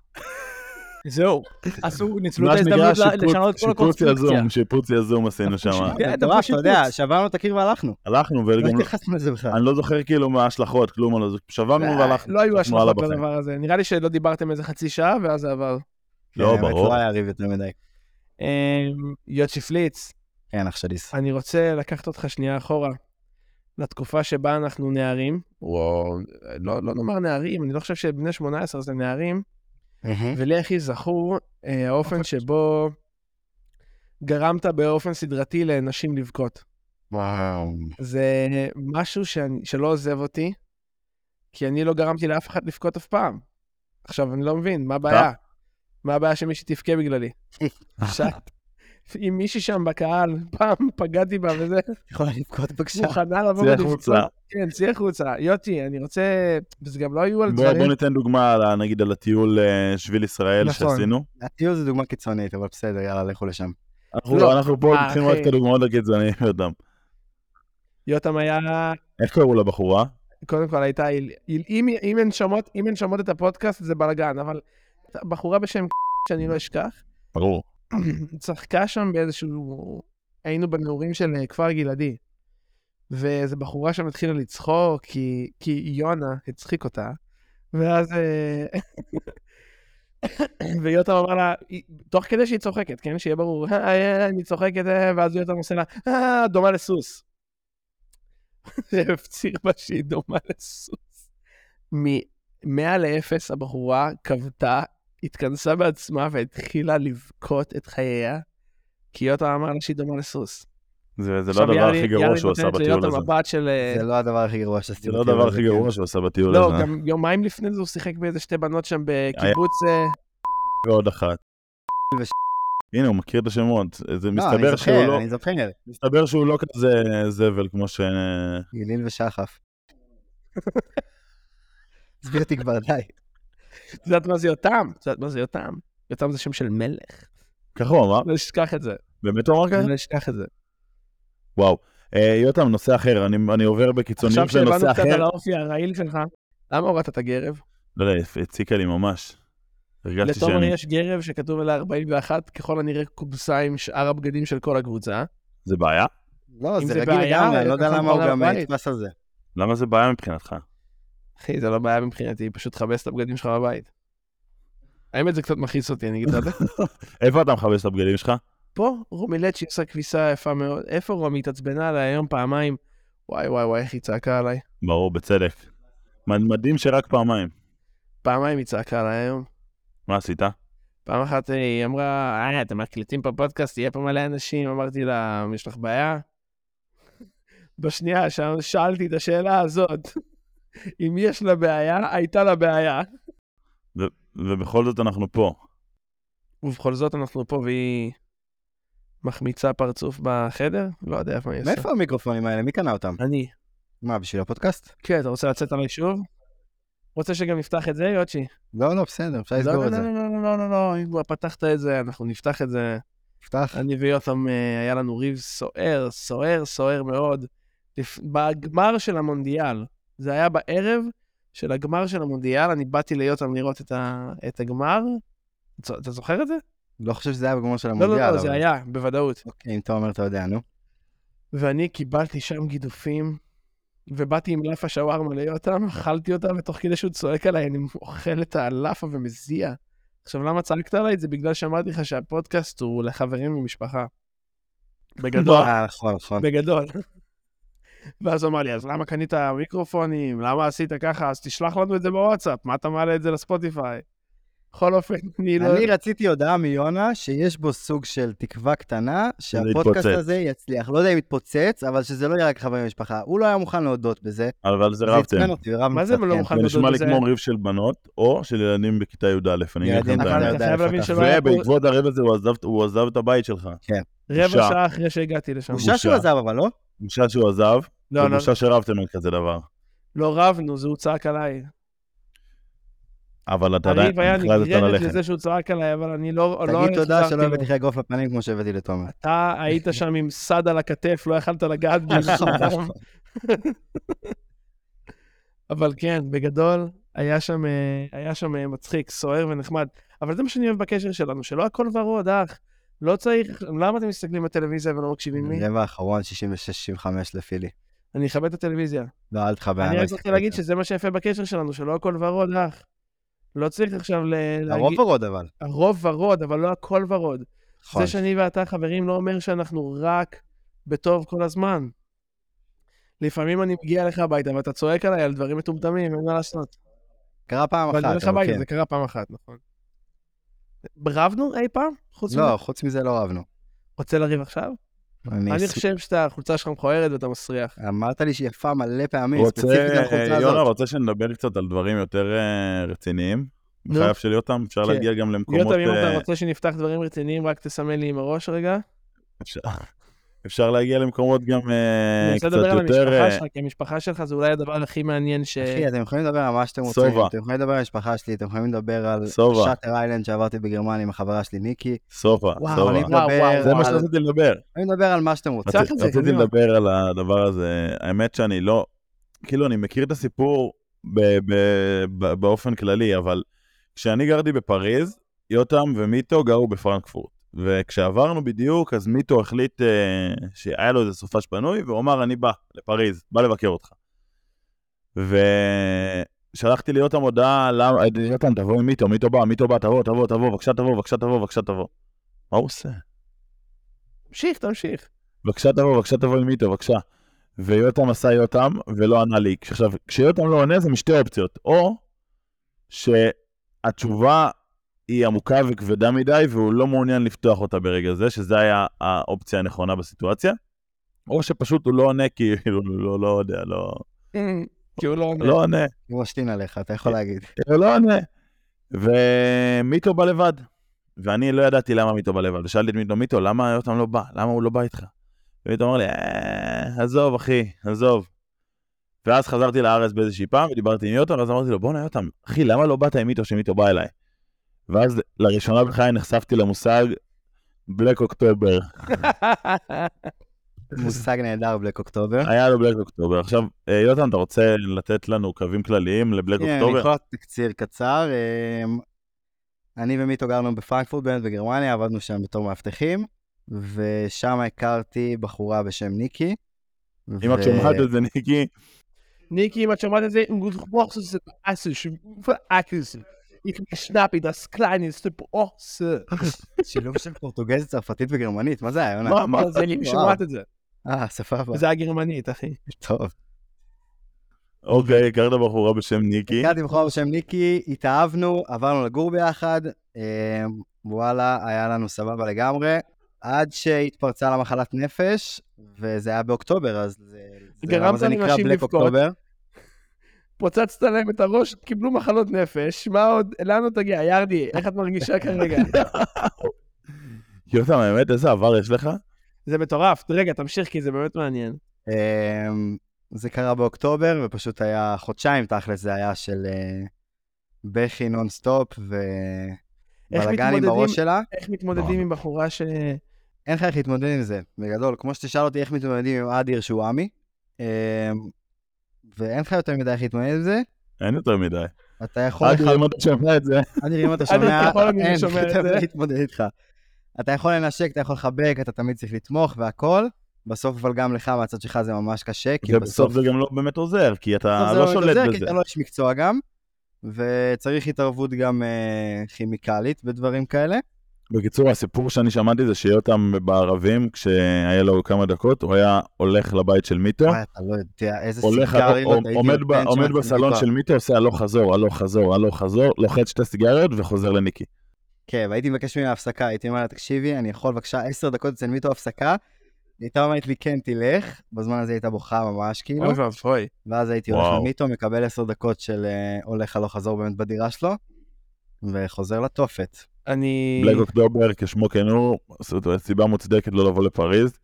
Speaker 5: זהו, עשו, ניצלו
Speaker 2: מה
Speaker 1: כאילו,
Speaker 5: את
Speaker 2: שנקרא
Speaker 5: ההזדמנות ל-
Speaker 2: שיפוץ-
Speaker 5: לשנות את כל
Speaker 2: שיפוץ
Speaker 5: הקונסטרוקציה.
Speaker 2: יזום, שיפוץ יזום עשינו שם.
Speaker 1: אוקיי.
Speaker 5: כן,
Speaker 4: זה
Speaker 5: אתה
Speaker 4: מטורף,
Speaker 5: פשוט
Speaker 4: אתה יודע,
Speaker 5: ניצ.
Speaker 4: שברנו את הקיר והלכנו.
Speaker 2: הלכנו,
Speaker 4: לא
Speaker 2: וגם
Speaker 4: התייחסנו לזה בכלל.
Speaker 2: אני לא זוכר כאילו מה ההשלכות, כלום, אבל שברנו והלכנו.
Speaker 1: לא היו
Speaker 2: אנחנו הלאה
Speaker 1: השלכות
Speaker 2: בחיים.
Speaker 1: לדבר הזה. נראה לי שלא דיברתם איזה חצי שעה, ואז זה עבר.
Speaker 2: לא,
Speaker 4: כן, האמת,
Speaker 2: ברור.
Speaker 4: לא היה ריב יותר מדי.
Speaker 1: אמ, יוצ'י פליץ,
Speaker 4: כן, אח שלי. ס-
Speaker 1: אני רוצה לקחת אותך שנייה אחורה, לתקופה שבה אנחנו נערים, וואו, לא, לא נאמר נערים, אני לא חושב שבני 18 זה נערים, ולי הכי זכור אה, האופן
Speaker 2: אוקיי.
Speaker 1: שבו גרמת באופן סדרתי לנשים לבכות.
Speaker 4: וואו.
Speaker 1: זה משהו שאני, שלא עוזב אותי, כי אני לא גרמתי לאף אחד לבכות אף פעם. עכשיו, אני לא מבין, מה הבעיה? מה הבעיה שמישהי תבכה בגללי? עכשיו, אם מישהי שם בקהל, פעם פגעתי בה וזה,
Speaker 4: יכולה לבכות בבקשה.
Speaker 1: מוכנה לבוא
Speaker 2: צא החוצה.
Speaker 1: כן, צאי החוצה. יוטי, אני רוצה... וזה גם לא היו על
Speaker 2: בוא בוא
Speaker 1: דברים...
Speaker 2: ניתן דוגמה, על ה- נגיד, על הטיול אה, שביל ישראל
Speaker 1: נכון.
Speaker 2: שעשינו.
Speaker 4: הטיול זו דוגמה קיצונית, אבל בסדר, יאללה, לכו לשם.
Speaker 2: אנחנו-
Speaker 1: לא.
Speaker 2: אנחנו פה
Speaker 1: אה,
Speaker 2: לוקחים רק
Speaker 1: אחי.
Speaker 2: את הדוגמאות הקיצוניות.
Speaker 1: יותם היה...
Speaker 2: איך קראו לבחורה?
Speaker 1: קודם כל הייתה... איל- איל- אם- אם הן שומעות- אם הן שומעות את הפודקאסט, זה בלאגן, אבל בחורה בשם שאני לא אשכח,
Speaker 2: ברור.
Speaker 1: צחקה שם באיזשהו... היינו בנעורים של אה, כפר גלעדי. ואיזו בחורה שם התחילה לצחוק, כי, כי יונה הצחיק אותה. ואז... אה, ויותם אמר לה, היא- תוך כדי שהיא צוחקת, כן? שיהיה ברור, "אה, אה, אני צוחקת, אה", ואז יותם עושה לה, "אה, דומה לסוס. זה הפציר בה שהיא דומה לסוס. מ-100 ל-0 הבחורה כבתה התכנסה בעצמה והתחילה לבכות את חייה, כי יותם אמר לה שהיא דומה לסוס.
Speaker 2: זה זה לא
Speaker 1: עכשיו,
Speaker 2: הדבר
Speaker 1: יאלי-
Speaker 2: הכי גרוע
Speaker 1: יאלי
Speaker 2: שהוא עשה
Speaker 1: נותנת
Speaker 2: בטיול
Speaker 1: ליותם
Speaker 2: הזה.
Speaker 1: מבט של... אה,
Speaker 4: זה לא הדבר הכי גרוע שעשיתי.
Speaker 2: כן. זה לא
Speaker 4: בטיול
Speaker 2: הדבר
Speaker 4: הזה,
Speaker 2: הכי
Speaker 4: כן.
Speaker 2: גרוע שהוא עשה בטיול
Speaker 1: לא,
Speaker 2: הזה.
Speaker 1: גם יומיים לפני זה הוא שיחק באיזה שתי בנות שם בקיבוץ... אה,
Speaker 2: ועוד אחת.
Speaker 4: וש-
Speaker 2: הנה, הוא מכיר את השמות. זה
Speaker 4: לא, אני
Speaker 2: מסתבר שהוא
Speaker 4: זוכר,
Speaker 2: לא...
Speaker 4: אני זוכר.
Speaker 2: מסתבר שהוא לא כזה זבל כמו ש...
Speaker 4: גיליל ושחף. תסביר אותי כבר, די.
Speaker 1: את יודעת מה זה יותם? את יודעת מה זה יותם? יותם זה שם של מלך.
Speaker 2: ככה הוא אמר?
Speaker 1: לא אשכח את זה.
Speaker 2: באמת הוא אמר ככה?
Speaker 1: לא אשכח את זה.
Speaker 2: וואו. אה, יותם, נושא אחר, אני, אני עובר בקיצוניות
Speaker 1: עכשיו
Speaker 2: לנושא
Speaker 1: שהבנו קצת
Speaker 2: אחר.
Speaker 1: על האופי הרעיל שלך, למה הורדת את הגרב?
Speaker 2: לא יודע, הציקה לי ממש. הרגשתי
Speaker 1: לתומר
Speaker 2: שאני...
Speaker 1: יש גרב שכתוב עליה 41, ככל הנראה קובסה עם שאר הבגדים של כל הקבוצה.
Speaker 2: זה בעיה?
Speaker 4: לא,
Speaker 1: אם
Speaker 4: זה
Speaker 1: זה נכון,
Speaker 4: רגיל
Speaker 1: בעיה,
Speaker 4: לגמרי, אני לא יודע
Speaker 1: ככה
Speaker 4: למה הוא
Speaker 1: מכונה
Speaker 4: גם
Speaker 1: בבית.
Speaker 4: נתפס על זה.
Speaker 2: למה זה בעיה מבחינתך?
Speaker 1: אחי, זה לא בעיה מבחינתי, פשוט תכבס את הבגדים שלך בבית. האמת, זה קצת מכעיס אותי, אני אגיד לך.
Speaker 2: איפה אתה מכבס את הבגדים שלך?
Speaker 1: פה רומי לצ'י עושה כביסה יפה מאוד. איפה רומי התעצבנה עליי היום פעמיים? וואי וואי וואי, איך היא צעקה עליי.
Speaker 2: ברור, בצדק. מד- מדהים שרק פעמיים.
Speaker 1: פעמיים היא צעקה עליי היום.
Speaker 2: מה עשית?
Speaker 1: פעם אחת היא אמרה, אה, אתם מקליטים פה פודקאסט, יהיה פה מלא אנשים. אמרתי לה, יש לך בעיה? בשנייה, שם שאלתי את השאלה הזאת. אם יש לה בעיה, הייתה לה בעיה.
Speaker 2: ובכל זאת אנחנו פה.
Speaker 1: ובכל זאת אנחנו פה והיא מחמיצה פרצוף בחדר? לא יודע איפה היא עושה.
Speaker 4: מאיפה המיקרופונים האלה? מי קנה אותם?
Speaker 1: אני.
Speaker 4: מה, בשביל הפודקאסט?
Speaker 1: כן, אתה רוצה לצאת עליי שוב? רוצה שגם נפתח את זה, יוצ'י?
Speaker 4: לא, לא, בסדר, אפשר
Speaker 1: לא,
Speaker 4: לסגור
Speaker 1: לא,
Speaker 4: את זה.
Speaker 1: לא, לא, לא, לא, לא, לא, אם כבר פתחת את זה, אנחנו נפתח את זה.
Speaker 4: נפתח.
Speaker 1: אני ויותם, אה, היה לנו ריב סוער, סוער, סוער מאוד. לפ- בגמר של המונדיאל, זה היה בערב של הגמר של המונדיאל, אני באתי ליותם לראות את, ה... את הגמר. צ- אתה זוכר את זה?
Speaker 4: לא חושב שזה היה בגמר של
Speaker 1: לא,
Speaker 4: המונדיאל.
Speaker 1: לא, לא,
Speaker 4: אבל-
Speaker 1: זה היה, בוודאות.
Speaker 4: אוקיי, אם אתה אומר, אתה יודע, נו.
Speaker 1: ואני קיבלתי שם גידופים, ובאתי עם לאפה שווארמה ליותם, אכלתי אותה, ותוך כדי שהוא צועק עליי, אני אוכל את הלאפה ומזיע. עכשיו, למה צעקת עליי? זה בגלל שאמרתי לך שהפודקאסט הוא לחברים ומשפחה. בגדול,
Speaker 4: אה, נכון, נכון.
Speaker 1: בגדול. ואז הוא אמר לי, אז למה קנית מיקרופונים? למה עשית ככה? אז תשלח לנו את זה בוואטסאפ, מה אתה מעלה את זה לספוטיפיי? בכל אופן, אני לא...
Speaker 4: אני רציתי הודעה מיונה שיש בו סוג של תקווה קטנה שהפודקאסט
Speaker 2: יתפוצץ.
Speaker 4: הזה יצליח. לא יודע אם יתפוצץ, אבל שזה לא יהיה רק חברים במשפחה. הוא לא היה מוכן להודות בזה.
Speaker 2: אבל על זה
Speaker 4: זה
Speaker 2: רבתם.
Speaker 4: עצבן אותי, רבנו
Speaker 1: מה זה
Speaker 4: קצת,
Speaker 1: לא
Speaker 4: כן.
Speaker 1: מוכן
Speaker 2: זה נשמע
Speaker 1: להודות
Speaker 2: לי
Speaker 1: בזה?
Speaker 2: כמו ריב של בנות, או של ילדים בכיתה י"א, אני אגיד
Speaker 4: ילדים
Speaker 2: לכם את
Speaker 4: בכיתה
Speaker 1: אבל
Speaker 2: האמת.
Speaker 1: אתה חייב להבין
Speaker 4: איפה
Speaker 1: שלא היה פה
Speaker 2: ובעקבות הריב הזה הוא עזב- הוא עזב את הבית שלך.
Speaker 1: רבע
Speaker 2: בושה.
Speaker 1: שעה אחרי שהגעתי לשם.
Speaker 4: בושה שהוא
Speaker 2: בושה.
Speaker 4: עזב, אבל לא?
Speaker 2: בושה שהוא עזב,
Speaker 1: לא, לא,
Speaker 2: ובושה שרבתם על כזה דבר.
Speaker 1: לא רבנו, זה הוא צעק עליי.
Speaker 2: אבל אתה עדיין
Speaker 1: הריב היה
Speaker 2: החלטת
Speaker 1: נגרמת
Speaker 2: ללכת.
Speaker 1: לזה שהוא צעק עליי, אבל אני לא... לא
Speaker 4: תגיד תודה
Speaker 1: החזרתי
Speaker 4: שלא
Speaker 1: לו.
Speaker 4: הבאתי לך אגרוף לפנים כמו שהבאתי לתומר.
Speaker 1: אתה היית שם עם סד על הכתף, לא יכלת לגעת בו. בשום
Speaker 4: נכון.
Speaker 1: דבר. אבל כן, בגדול, היה שם, אה, היה שם אה, מצחיק, סוער ונחמד. אבל זה מה שאני אוהב בקשר שלנו, שלא הכל ורוד, אח. לא צריך, למה אתם מסתכלים בטלוויזיה ולא מקשיבים לי?
Speaker 4: רבע האחרון, 66-65 לפי לי.
Speaker 1: אני אכבד את הטלוויזיה.
Speaker 4: לא, אל תחבר.
Speaker 1: אני
Speaker 4: לא
Speaker 1: רק
Speaker 4: אסתכל
Speaker 1: רוצה
Speaker 4: על
Speaker 1: להגיד
Speaker 4: זה.
Speaker 1: שזה מה שיפה בקשר שלנו, שלא הכל ורוד, אח. לא צריך עכשיו ל- להגיד...
Speaker 4: הרוב ורוד אבל.
Speaker 1: הרוב ורוד, אבל לא הכל ורוד.
Speaker 4: נכון.
Speaker 1: זה שאני ואתה חברים לא אומר שאנחנו רק בטוב כל הזמן. לפעמים אני מגיע לך הביתה ואתה צועק עליי על דברים מטומטמים, אין מה לעשות.
Speaker 4: קרה פעם
Speaker 1: אבל אני
Speaker 4: אחת,
Speaker 1: הולך
Speaker 4: אבל
Speaker 1: הביתה,
Speaker 4: כן.
Speaker 1: זה קרה פעם אחת, נכון. רבנו אי פעם? חוץ מזה?
Speaker 4: לא, חוץ מזה לא רבנו.
Speaker 1: רוצה לריב עכשיו? אני חושב שאתה, החולצה שלך מכוערת ואתה מסריח.
Speaker 4: אמרת לי שהיא יפה מלא פעמים,
Speaker 2: רוצה,
Speaker 4: ספציפית
Speaker 2: אה,
Speaker 4: לחולצה
Speaker 2: יונה,
Speaker 4: הזאת.
Speaker 2: רוצה שנדבר קצת על דברים יותר אה, רציניים?
Speaker 1: נו.
Speaker 2: בחייו של יותם, אפשר
Speaker 1: כן.
Speaker 2: להגיע גם למקומות...
Speaker 1: יותם, אם
Speaker 2: אה,
Speaker 1: אתה רוצה שנפתח דברים רציניים, רק תסמן לי עם הראש רגע.
Speaker 2: אפשר- אפשר להגיע למקומות גם אה,
Speaker 1: אני רוצה
Speaker 2: קצת
Speaker 1: לדבר על
Speaker 2: יותר...
Speaker 1: המשפחה
Speaker 2: אה,
Speaker 1: שלך, כי המשפחה שלך זה אולי הדבר הכי מעניין ש...
Speaker 4: אחי, אתם יכולים לדבר על מה שאתם רוצים.
Speaker 2: סובה.
Speaker 4: אתם יכולים לדבר על המשפחה שלי, אתם יכולים לדבר על
Speaker 2: סובה.
Speaker 4: שאטר איילנד שעברתי בגרמניה עם החברה שלי ניקי.
Speaker 2: סופה,
Speaker 4: וואו,
Speaker 2: סובה.
Speaker 4: אני
Speaker 1: וואו, וואו,
Speaker 4: מדבר
Speaker 2: זה מה
Speaker 4: על-
Speaker 2: שרציתי לדבר.
Speaker 4: אני מדבר על מה שאתם רוצים.
Speaker 1: ככה
Speaker 2: רצ-
Speaker 1: זה,
Speaker 2: רציתי
Speaker 1: קדימה.
Speaker 2: לדבר על הדבר הזה. האמת שאני לא... כאילו, אני מכיר את הסיפור ב- ב- ב- באופן כללי, אבל כשאני גרתי בפריז, יותם ומיטו גרו בפרנקפורט. וכשעברנו בדיוק, אז מיטו החליט אה, שהיה לו איזה סופש פנוי, והוא אמר, אני בא לפריז, בא לבקר אותך. ושלחתי ליותם הודעה, למה, יותם, תבוא עם מיטו, מיטו בא, מיטו בא, תבוא, תבוא, תבוא, בבקשה תבוא, בבקשה תבוא, בבקשה תבוא. מה הוא עושה?
Speaker 1: תמשיך, תמשיך.
Speaker 2: בבקשה תבוא, בבקשה תבוא עם מיטו, בבקשה. ויותם עשה יותם ולא ענה לי. עכשיו, כשיותם לא עונה זה משתי אופציות. או שהתשובה היא עמוקה וכבדה מדי והוא לא מעוניין לפתוח אותה ברגע זה, שזה היה האופציה הנכונה בסיטואציה. או שפשוט הוא לא עונה כי הוא לא, לא יודע, לא,
Speaker 1: כי הוא לא עונה.
Speaker 2: לא עונה.
Speaker 4: הוא משתין עליך, אתה יכול להגיד.
Speaker 2: הוא לא עונה. ומיטו בא לבד. ואני לא ידעתי למה מיטו בא לבד. ושאלתי את מיטו, מיטו, למה יותם לא בא? למה הוא לא בא איתך? ומיטו אמר לי, "אה, עזוב, אחי, עזוב. ואז חזרתי לארץ באיזושהי פעם, ודיברתי עם יותם, ואז אמרתי לו, בואנה יותם, אחי, למה לא באת עם מיטו שמיטו בא אליי? ואז לראשונה בחיי נחשפתי למושג בלק אוקטובר.
Speaker 4: מושג נהדר, בלק אוקטובר.
Speaker 2: היה לו בלק אוקטובר. עכשיו, אה, יותם, אתה רוצה לתת לנו קווים כלליים לבלק
Speaker 4: כן, אני
Speaker 2: אוקטובר?
Speaker 4: יכול לעשות תקציר קצר. אמ, אני ומיטו גרנו בפרנקפורט באמת בגרמניה, עבדנו שם בתור מאבטחים, ושם הכרתי בחורה בשם ניקי.
Speaker 2: אם את
Speaker 4: ו-
Speaker 2: שומעת את זה, ניקי,
Speaker 1: ניקי, אם את שומעת את זה, הוא רוח זה אסוש, ואקוס. איך משנאפי, דס קליינס, פרוס.
Speaker 4: שילוב של פורטוגזית, צרפתית וגרמנית, מה זה היה, יונה?
Speaker 2: מה, מה,
Speaker 1: זה לי, שומעת את זה.
Speaker 4: אה, סבבה,
Speaker 1: זה כן. הגרמנית, אחי.
Speaker 4: טוב.
Speaker 2: אוקיי, הכרת בחורה בשם ניקי.
Speaker 4: הכרתי בחורה בשם ניקי, התאהבנו, עברנו לגור ביחד, אמ, וואלה, היה לנו סבבה לגמרי, עד שהתפרצה לה מחלת נפש, וזה היה באוקטובר, אז זה- זה
Speaker 1: גרמת
Speaker 4: למה זה נקרא
Speaker 1: לאנשים
Speaker 4: בלק
Speaker 1: לבכות.
Speaker 4: אוקטובר.
Speaker 1: פוצצת להם את הראש, קיבלו מחלות נפש, מה עוד, לאן עוד תגיע? ירדי, איך את מרגישה כרגע?
Speaker 2: יותם, האמת, איזה עבר יש לך?
Speaker 1: זה מטורף. רגע, תמשיך, כי זה באמת מעניין.
Speaker 4: אמ, זה קרה באוקטובר, ופשוט היה חודשיים תכל'ס, זה היה של אה, בכי נונסטופ ובלאגן
Speaker 1: מתמודדים-
Speaker 4: עם הראש שלה.
Speaker 1: איך מתמודדים עם בחורה ש...
Speaker 4: אין לך איך להתמודד עם זה, בגדול. כמו שתשאל אותי איך מתמודדים עם אדיר שהוא עמי, אמ, ואין לך יותר מדי איך להתמודד עם זה,
Speaker 2: אין יותר מדי.
Speaker 4: אתה יכול...
Speaker 2: עד
Speaker 4: לך-
Speaker 2: אם אתה שומע את זה.
Speaker 4: אדיר, אם אתה
Speaker 1: אדיר,
Speaker 4: שומע,
Speaker 1: ככל הנראה
Speaker 4: אין לך
Speaker 1: שומע את
Speaker 4: יותר
Speaker 1: זה.
Speaker 4: מדי להתמודד איתך. אתה יכול לנשק, אתה יכול לחבק, אתה תמיד צריך לתמוך והכל. בסוף אבל גם לך מהצד שלך זה ממש קשה, כי
Speaker 2: ובסוף
Speaker 4: בסוף
Speaker 2: זה גם לא באמת עוזר, כי אתה
Speaker 4: בסוף זה
Speaker 2: לא
Speaker 4: באמת
Speaker 2: שולט
Speaker 4: עוזר, כי
Speaker 2: בזה.
Speaker 4: אתה לא איש מקצוע גם, וצריך התערבות גם אה, כימיקלית בדברים כאלה.
Speaker 2: בקיצור, הסיפור שאני שמעתי זה שיותם בערבים, כשהיה לו כמה דקות, הוא היה הולך לבית של מיטו,
Speaker 4: וואי, אתה לא יודע איזה
Speaker 2: כן. הולך, אה,
Speaker 4: סיגריות הייתי
Speaker 2: עומד ב-
Speaker 4: נותן שם
Speaker 2: עומד
Speaker 4: לצמיחה.
Speaker 2: בסלון של מיטו, עושה הלוך חזור, הלוך חזור, הלוך חזור, לוחץ שתי סיגריות וחוזר לניקי.
Speaker 4: כן, והייתי מבקש ממנה הפסקה, הייתי אומר לה, תקשיבי, אני יכול בבקשה עשר דקות אצל מיטו הפסקה. היא הייתה אומרת לי, כן, תלך. בזמן הזה היא הייתה בוכה ממש, כאילו.
Speaker 1: ואבוי.
Speaker 4: ואז הייתי הולך
Speaker 2: וואו. הולך
Speaker 4: למיטו, מקבל עשר דקות של אה, הולך הלוך חזור באמת בדירה שלו, וחוזר לתופת.
Speaker 1: אני...
Speaker 2: בלק אוקטובר, כשמו כן הוא, זאת אומרת, סיבה מוצדקת לא לבוא לפריז.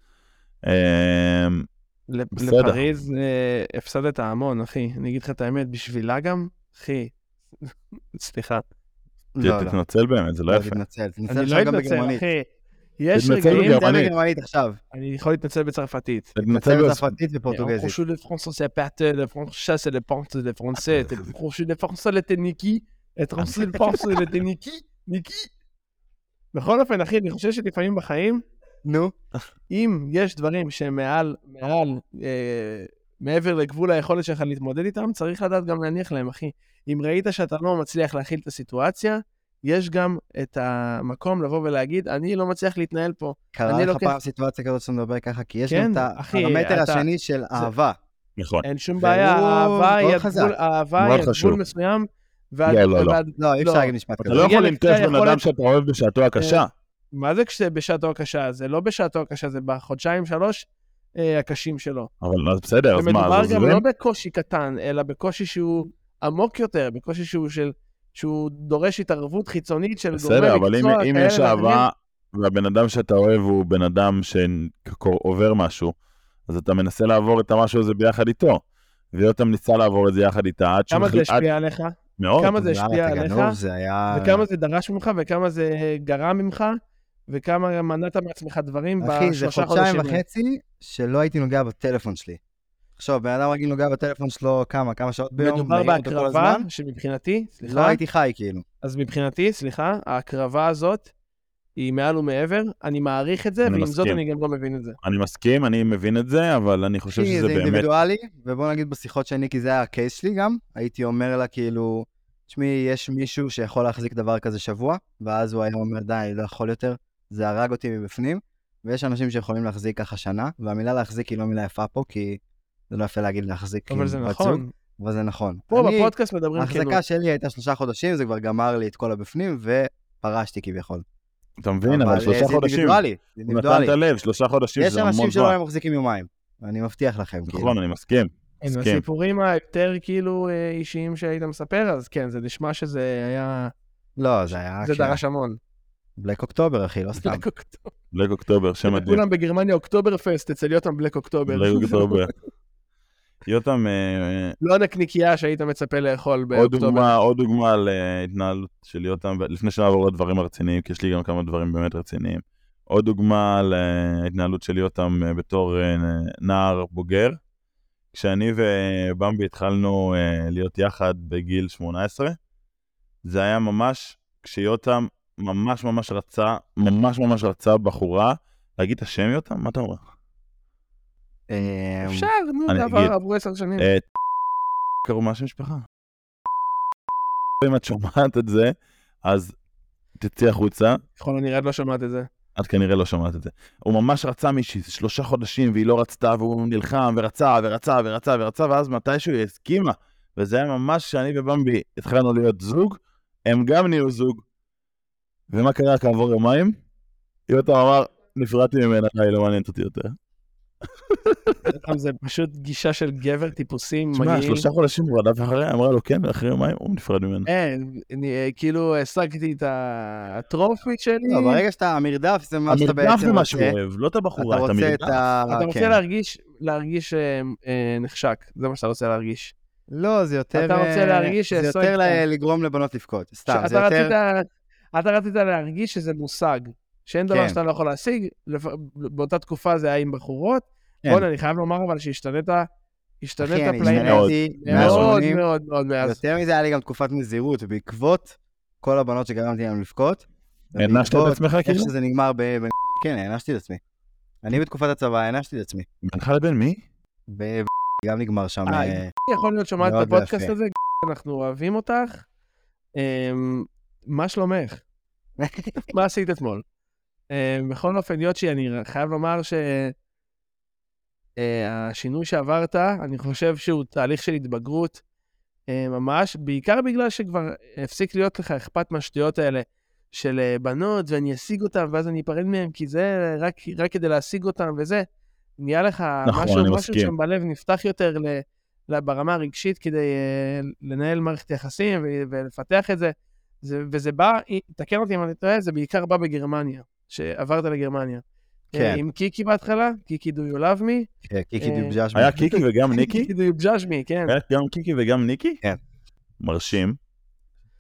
Speaker 2: אמ,
Speaker 1: לפ-
Speaker 2: בסדר.
Speaker 1: לפריז אה, הפסדת המון, אחי. אני אגיד לך את האמת, בשבילה גם, אחי. סליחה.
Speaker 2: תתנצל באמת, זה לא יפה.
Speaker 4: תתנצל, תתנצל
Speaker 1: אני לא
Speaker 4: שם גם
Speaker 1: התנצל,
Speaker 4: בגרמנית.
Speaker 1: אחי. יש
Speaker 2: תתנצל
Speaker 1: רגעים,
Speaker 2: בגרמנית.
Speaker 4: תתנצל בגרמנית עכשיו,
Speaker 1: אני יכול להתנצל בצרפתית.
Speaker 2: תתנצל
Speaker 4: תתנצל
Speaker 2: בעצמך.
Speaker 4: בצרפתית
Speaker 1: On
Speaker 4: ופורטוגזית.
Speaker 1: joue le français, c'est pâté, le français, c'est le français, le français, c'est le français, le français, le תניקי, le français, le français, le תניקי, ניקי. בכל אופן, אחי, אני חושב שלפעמים בחיים,
Speaker 4: נו,
Speaker 1: אם יש דברים שהם מעל, מעל, אה, מעבר לגבול היכולת שלך להתמודד איתם, צריך לדעת גם להניח להם, אחי. אם ראית שאתה לא מצליח להכיל את הסיטואציה, יש גם את המקום לבוא ולהגיד, אני לא מצליח להתנהל פה.
Speaker 4: קרה
Speaker 1: אני
Speaker 4: לך
Speaker 1: לוקח-
Speaker 4: פעם סיטואציה כזאת שאתה מדבר ככה, כי יש
Speaker 1: כן,
Speaker 4: גם את
Speaker 1: אחי,
Speaker 4: הפרמטר
Speaker 1: אתה-
Speaker 4: השני של אהבה.
Speaker 2: נכון.
Speaker 1: אין שום
Speaker 4: והוא
Speaker 1: בעיה, האהבה
Speaker 4: מאוד
Speaker 1: היא עד
Speaker 4: חזק.
Speaker 1: גבול- האהבה
Speaker 2: מאוד
Speaker 1: היא עד
Speaker 2: חשוב.
Speaker 1: גבול מסוים, ועד...
Speaker 2: לא, לא, לא.
Speaker 1: ועד-
Speaker 4: לא, אי אפשר
Speaker 1: לא.
Speaker 4: להגיד משפט
Speaker 2: אתה
Speaker 4: כזה.
Speaker 2: לא
Speaker 1: מגיע
Speaker 2: יכול לנטש
Speaker 1: לקצה
Speaker 2: בן אדם
Speaker 1: היכולת-
Speaker 2: שאתה אוהב בשעתו הקשה.
Speaker 1: מה זה כש- בשעתו הקשה? זה לא בשעתו הקשה, זה בחודשיים, שלוש אה, הקשים שלו.
Speaker 2: אבל אז בסדר, אז מה,
Speaker 1: ומדובר
Speaker 2: אז
Speaker 1: גם לא
Speaker 2: עוזבים?
Speaker 1: בקושי קטן, אלא בקושי שהוא עמוק יותר, בקושי שהוא של... שהוא דורש התערבות חיצונית של גורמי
Speaker 2: בסדר,
Speaker 1: מקצוע
Speaker 2: אבל אם- אם
Speaker 1: כאלה
Speaker 2: יש
Speaker 1: ואחרים.
Speaker 2: אהבה, והבן אדם שאתה אוהב הוא בן אדם שעובר משהו, אז אתה מנסה לעבור את המשהו הזה ביחד איתו. והיא אותם ניסה לעבור את זה יחד איתה, עד
Speaker 1: כמה זה
Speaker 2: שמחלי- עד-
Speaker 1: השפיע עליך,
Speaker 2: מאוד.
Speaker 1: כמה זה
Speaker 4: יאללה,
Speaker 1: השפיע
Speaker 4: אתה
Speaker 1: עליך,
Speaker 4: גנוב, זה
Speaker 2: אה.
Speaker 4: היה...
Speaker 1: וכמה זה דרש ממך, וכמה זה גרם ממך, וכמה מנעת מעצמך דברים
Speaker 4: אחי, זה
Speaker 1: בשלושה חודשים.
Speaker 4: חודשיים
Speaker 1: האלה.
Speaker 4: וחצי שלא הייתי נוגע בטלפון שלי. עכשיו, בן אדם רגיל נוגע בטלפון שלו כמה, כמה שעות ביום,
Speaker 1: מדובר
Speaker 4: מעיר אותו כל
Speaker 1: בהקרבה,
Speaker 4: הזמן,
Speaker 1: שמבחינתי,
Speaker 4: לא
Speaker 1: סליחה,
Speaker 4: הייתי חי כאילו.
Speaker 1: אז מבחינתי, סליחה, ההקרבה הזאת היא מעל ומעבר, אני מעריך את זה,
Speaker 2: אני
Speaker 1: ועם
Speaker 2: מסכים.
Speaker 1: זאת אני גם לא מבין את זה.
Speaker 2: אני מסכים, אני מבין את זה, אבל אני חושב
Speaker 4: אחי,
Speaker 2: שזה
Speaker 4: זה
Speaker 2: באמת...
Speaker 4: אינדיבידואלי, ובוא נגיד בשיחות שאני, כי זה היה הקייס שלי גם, הייתי אומר לה כאילו, תשמעי, יש מישהו שיכול להחזיק דבר כזה שבוע, ואז הוא היה אומר, די, אני לא יכול יותר, זה הרג אותי מבפנים, ויש אנשים שיכולים להחזיק ככה שנה, והמילה להחזיק היא לא מילה יפה פה, כי זה לא יפה להגיד להחזיק
Speaker 2: אוקיי,
Speaker 1: אבל
Speaker 4: עם
Speaker 1: זה
Speaker 4: בת זוג,
Speaker 1: נכון.
Speaker 4: אבל זה נכון.
Speaker 1: פה
Speaker 4: אני-
Speaker 1: בפודקאסט כאילו- מדברים
Speaker 4: ההחזקה
Speaker 1: כנות.
Speaker 4: שלי הייתה שלושה חודשים, זה כבר גמר לי את כל הבפנים, ופרשתי כביכול.
Speaker 2: אתה מבין, אבל שלושה
Speaker 4: אה, זה
Speaker 2: חודשים.
Speaker 4: אינדיבידואלי, זה
Speaker 2: הוא נתן
Speaker 4: אינדיבידואלי.
Speaker 2: את הלב, שלושה חודשים
Speaker 4: יש
Speaker 2: זה המון
Speaker 4: אנשים שלא
Speaker 2: זמן.
Speaker 4: היו מחזיקים יומיים, אני מבטיח לכם. כאילו.
Speaker 2: נכון, אני מסכים.
Speaker 1: כן,
Speaker 2: מסכים.
Speaker 1: הסיפורים היותר כאילו אה, אישיים שהיית מספר, אז כן, זה נשמע שזה היה...
Speaker 4: לא, זה היה...
Speaker 1: זה דרש המון.
Speaker 4: בלק אוקטובר, אחי, לא סתם.
Speaker 1: בלק אוקטובר.
Speaker 2: בלק אוקטובר, שם מדהים.
Speaker 1: כולם בגרמניה אוקטובר פסט, אצל יותם בלק אוקטובר.
Speaker 2: בלק אוקטובר. יותם, אה,
Speaker 1: לא הנקניקייה שהיית מצפה לאכול
Speaker 2: עוד
Speaker 1: באוקטובר.
Speaker 2: דוגמה, עוד דוגמה על אה, התנהלות של יותם, לפני שנעבור לדברים הרציניים, כי יש לי גם כמה דברים באמת רציניים. עוד דוגמה על אה, ההתנהלות של יותם אה, בתור אה, נער בוגר. כשאני ובמבי התחלנו אה, להיות יחד בגיל 18, זה היה ממש כשיותם ממש ממש רצה, ממש ממש רצה בחורה, להגיד את השם יותם? מה אתה אומר?
Speaker 4: אמ,
Speaker 1: אפשר,
Speaker 2: אני
Speaker 1: נו,
Speaker 2: אגיד.
Speaker 1: עבר, עברו עשר שנים.
Speaker 2: אה, קראו מה שם משפחה. אם את שומעת את זה, אז תצאי החוצה,
Speaker 1: ככל הנראה את לא שומעת את זה.
Speaker 2: את כנראה לא שומעת את זה. הוא ממש רצה מישהי, זה שלושה חודשים, והיא לא רצתה, והוא נלחם, ורצה, ורצה, ורצה, ורצה, ואז מתישהו היא הסכימה. וזה היה ממש שאני ובמבי התחלנו להיות זוג, הם גם נהיו זוג. ומה קרה כעבור יומיים? יותם אמר, נפרדתי ממנה, היא לא מעניינת אותי יותר.
Speaker 1: יותם, זה פשוט גישה של גבר טיפוסים
Speaker 2: תשמע,
Speaker 1: מגעיל.
Speaker 2: שלושה חודשים הוא רדף אחריה, אמרה לו כן, ואחרי יומיים הוא נפרד ממנה.
Speaker 1: אין, אני אה, כאילו השגתי את הטרופית שלי.
Speaker 4: לא, ברגע שאתה, המרדף זה מה שאתה בעצם
Speaker 2: המרדף
Speaker 4: רוצה.
Speaker 2: זה מה שהוא אוהב, לא את הבחורה,
Speaker 4: אתה
Speaker 2: את
Speaker 4: רוצה
Speaker 2: המרדף.
Speaker 4: את ה...
Speaker 1: אתה
Speaker 4: כן.
Speaker 1: רוצה להרגיש- להרגיש אה, אה, נחשק, זה מה שאתה רוצה להרגיש.
Speaker 4: לא, זה יותר...
Speaker 1: אתה רוצה
Speaker 4: אה,
Speaker 1: להרגיש
Speaker 4: זה
Speaker 1: שאסור
Speaker 4: יותר
Speaker 1: איתך.
Speaker 4: ל- לגרום לבנות לבכות. סתם, זה
Speaker 1: שאתה
Speaker 4: יותר...
Speaker 1: רצית- אתה רצית להרגיש שזה מושג, שאין
Speaker 4: כן.
Speaker 1: דבר שאתה לא יכול להשיג, לפ- באותה תקופה זה היה עם בחורות.
Speaker 4: כן.
Speaker 1: בואנה, אני חייב לומר אבל שהשתנית, השתנית
Speaker 4: אחי, אני
Speaker 1: פלאים.
Speaker 2: מאוד,
Speaker 4: השתניתי
Speaker 1: מאוד
Speaker 4: 180.
Speaker 1: מאוד מאוד מאז.
Speaker 4: יותר מזה, היה לי גם תקופת נזירות, בעקבות כל הבנות שגרמתי להן לבכות.
Speaker 2: הענשת את
Speaker 4: ובעקבות
Speaker 2: עצמך
Speaker 4: איך
Speaker 2: כאילו?
Speaker 4: שזה נגמר ב... ב- כן, הענשתי את עצמי. אני בתקופת הצבא הענשתי את עצמי.
Speaker 2: בינך לבין מי?
Speaker 4: ב... גם נגמר שם...
Speaker 1: אה,
Speaker 4: אה,
Speaker 1: יכול להיות שומעת את
Speaker 4: מאוד
Speaker 1: הפודקאסט
Speaker 4: יפה.
Speaker 1: הזה, אנחנו אוהבים אותך. אמ, מה שלומך? מה עשית אתמול? אה, בכל אופן, יוצ'י, אני חייב לומר שהשינוי אה, שעברת, אני חושב שהוא תהליך של התבגרות אה, ממש, בעיקר בגלל שכבר הפסיק להיות לך אכפת מהשטויות האלה של אה, בנות, ואני אשיג אותן, ואז אני אפרד מהן, כי זה רק, רק כדי להשיג אותן וזה. נהיה לך
Speaker 2: נכון, אני
Speaker 1: משהו, משהו
Speaker 2: מסכים.
Speaker 1: שם בלב נפתח יותר ל, ל, ברמה הרגשית כדי אה, לנהל מערכת יחסים ו, ולפתח את זה. זה, וזה בא, תקן אותי אם אני טועה, זה בעיקר בא בגרמניה, שעברת לגרמניה.
Speaker 4: כן.
Speaker 1: אה, עם קיקי בהתחלה, קיקי do you love me?
Speaker 4: כן, קיקי
Speaker 1: אה,
Speaker 4: דיבג'ש.
Speaker 2: היה קיקי וגם ניקי?
Speaker 1: קיקי do you judge me, כן.
Speaker 2: היה גם קיקי וגם ניקי?
Speaker 4: כן.
Speaker 2: מרשים.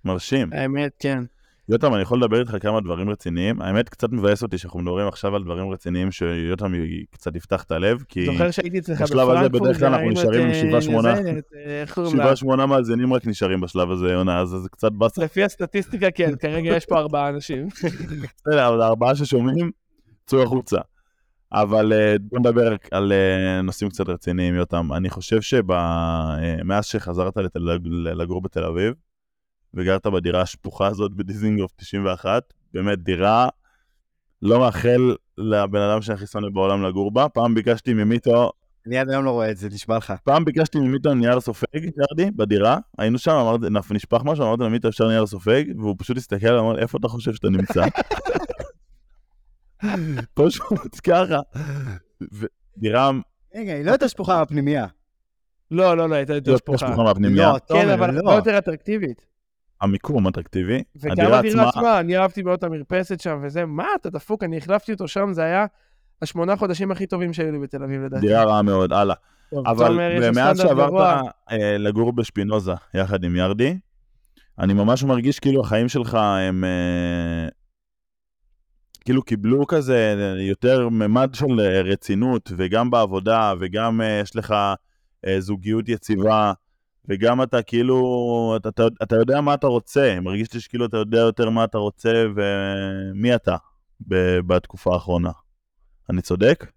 Speaker 2: מרשים.
Speaker 1: האמת, כן.
Speaker 2: יותם, אני יכול לדבר איתך כמה דברים רציניים. האמת, קצת מבאס אותי שאנחנו מדברים עכשיו על דברים רציניים שיותם י- קצת יפתח את הלב, כי
Speaker 1: זוכר שהייתי אצלך
Speaker 2: בשלב הזה
Speaker 1: בפרנקפורט,
Speaker 2: בדרך כלל אנחנו
Speaker 1: וראינו
Speaker 2: נשארים עם
Speaker 1: את,
Speaker 2: שבעה,
Speaker 1: אה,
Speaker 2: שמונה.
Speaker 1: זה, את, אה, איך קוראים לה?
Speaker 2: שבעה שמונה מאזינים רק נשארים בשלב הזה, יונה, אז זה קצת באסה.
Speaker 1: לפי הסטטיסטיקה, כן, כרגע יש פה ארבעה אנשים.
Speaker 2: בסדר, אבל הארבעה ששומעים, צאו החוצה. אבל אה, בוא נדבר על אה, נושאים קצת רציניים, אה, יותם. אני חושב שמאז שחזרת לת- לגור בתל אביב, וגרת בדירה השפוכה הזאת בדיזינגוף 91, באמת דירה לא מאחל לבן אדם שהכי שונא בעולם לגור בה. פעם ביקשתי ממיטו,
Speaker 4: אני עד היום לא רואה את זה, נשבע לך.
Speaker 2: פעם ביקשתי ממיטו נייר סופג, ירדי, בדירה, היינו שם, אמרתי, נפ- נשפך משהו, אמרתי למיטו אפשר נייר סופג, והוא פשוט הסתכל ואמר, איפה אתה חושב שאתה נמצא? פשוט ככה. ו- דירה
Speaker 4: רגע, היא לא הייתה שפוכה בפנימייה.
Speaker 1: לא, לא, לא, הייתה יותר
Speaker 2: יותר
Speaker 1: שפוכה.
Speaker 2: שפוכה מהפנימייה.
Speaker 4: לא,
Speaker 1: כן, אבל
Speaker 4: תומר,
Speaker 1: הרבה
Speaker 4: לא.
Speaker 1: יותר אטרקטיבית.
Speaker 2: המיקום אטרקטיבי,
Speaker 1: וגם
Speaker 2: הדירה
Speaker 1: הדירה
Speaker 2: עצמה,
Speaker 1: עצמה, אני אהבתי מאוד את המרפסת שם וזה, מה, אתה דפוק, אני החלפתי אותו שם, זה היה השמונה חודשים הכי טובים שהיו לי בתל אביב לדעתי.
Speaker 2: דירה רעה מאוד, הלאה.
Speaker 1: טוב,
Speaker 2: אבל
Speaker 1: תומר, יש לו
Speaker 2: מאז
Speaker 1: סטנדרט
Speaker 2: שעברת
Speaker 1: גבוה.
Speaker 2: אה, לגור בשפינוזה יחד עם ירדי, אני ממש מרגיש כאילו החיים שלך הם אה, כאילו קיבלו כזה יותר ממד של אה, רצינות, וגם בעבודה, וגם אה, יש לך אה, זוגיות יציבה, וגם אתה כאילו, אתה, אתה, אתה יודע מה אתה רוצה, מרגיש לי שכאילו אתה יודע יותר מה אתה רוצה ומי אתה ב, בתקופה האחרונה. אני צודק?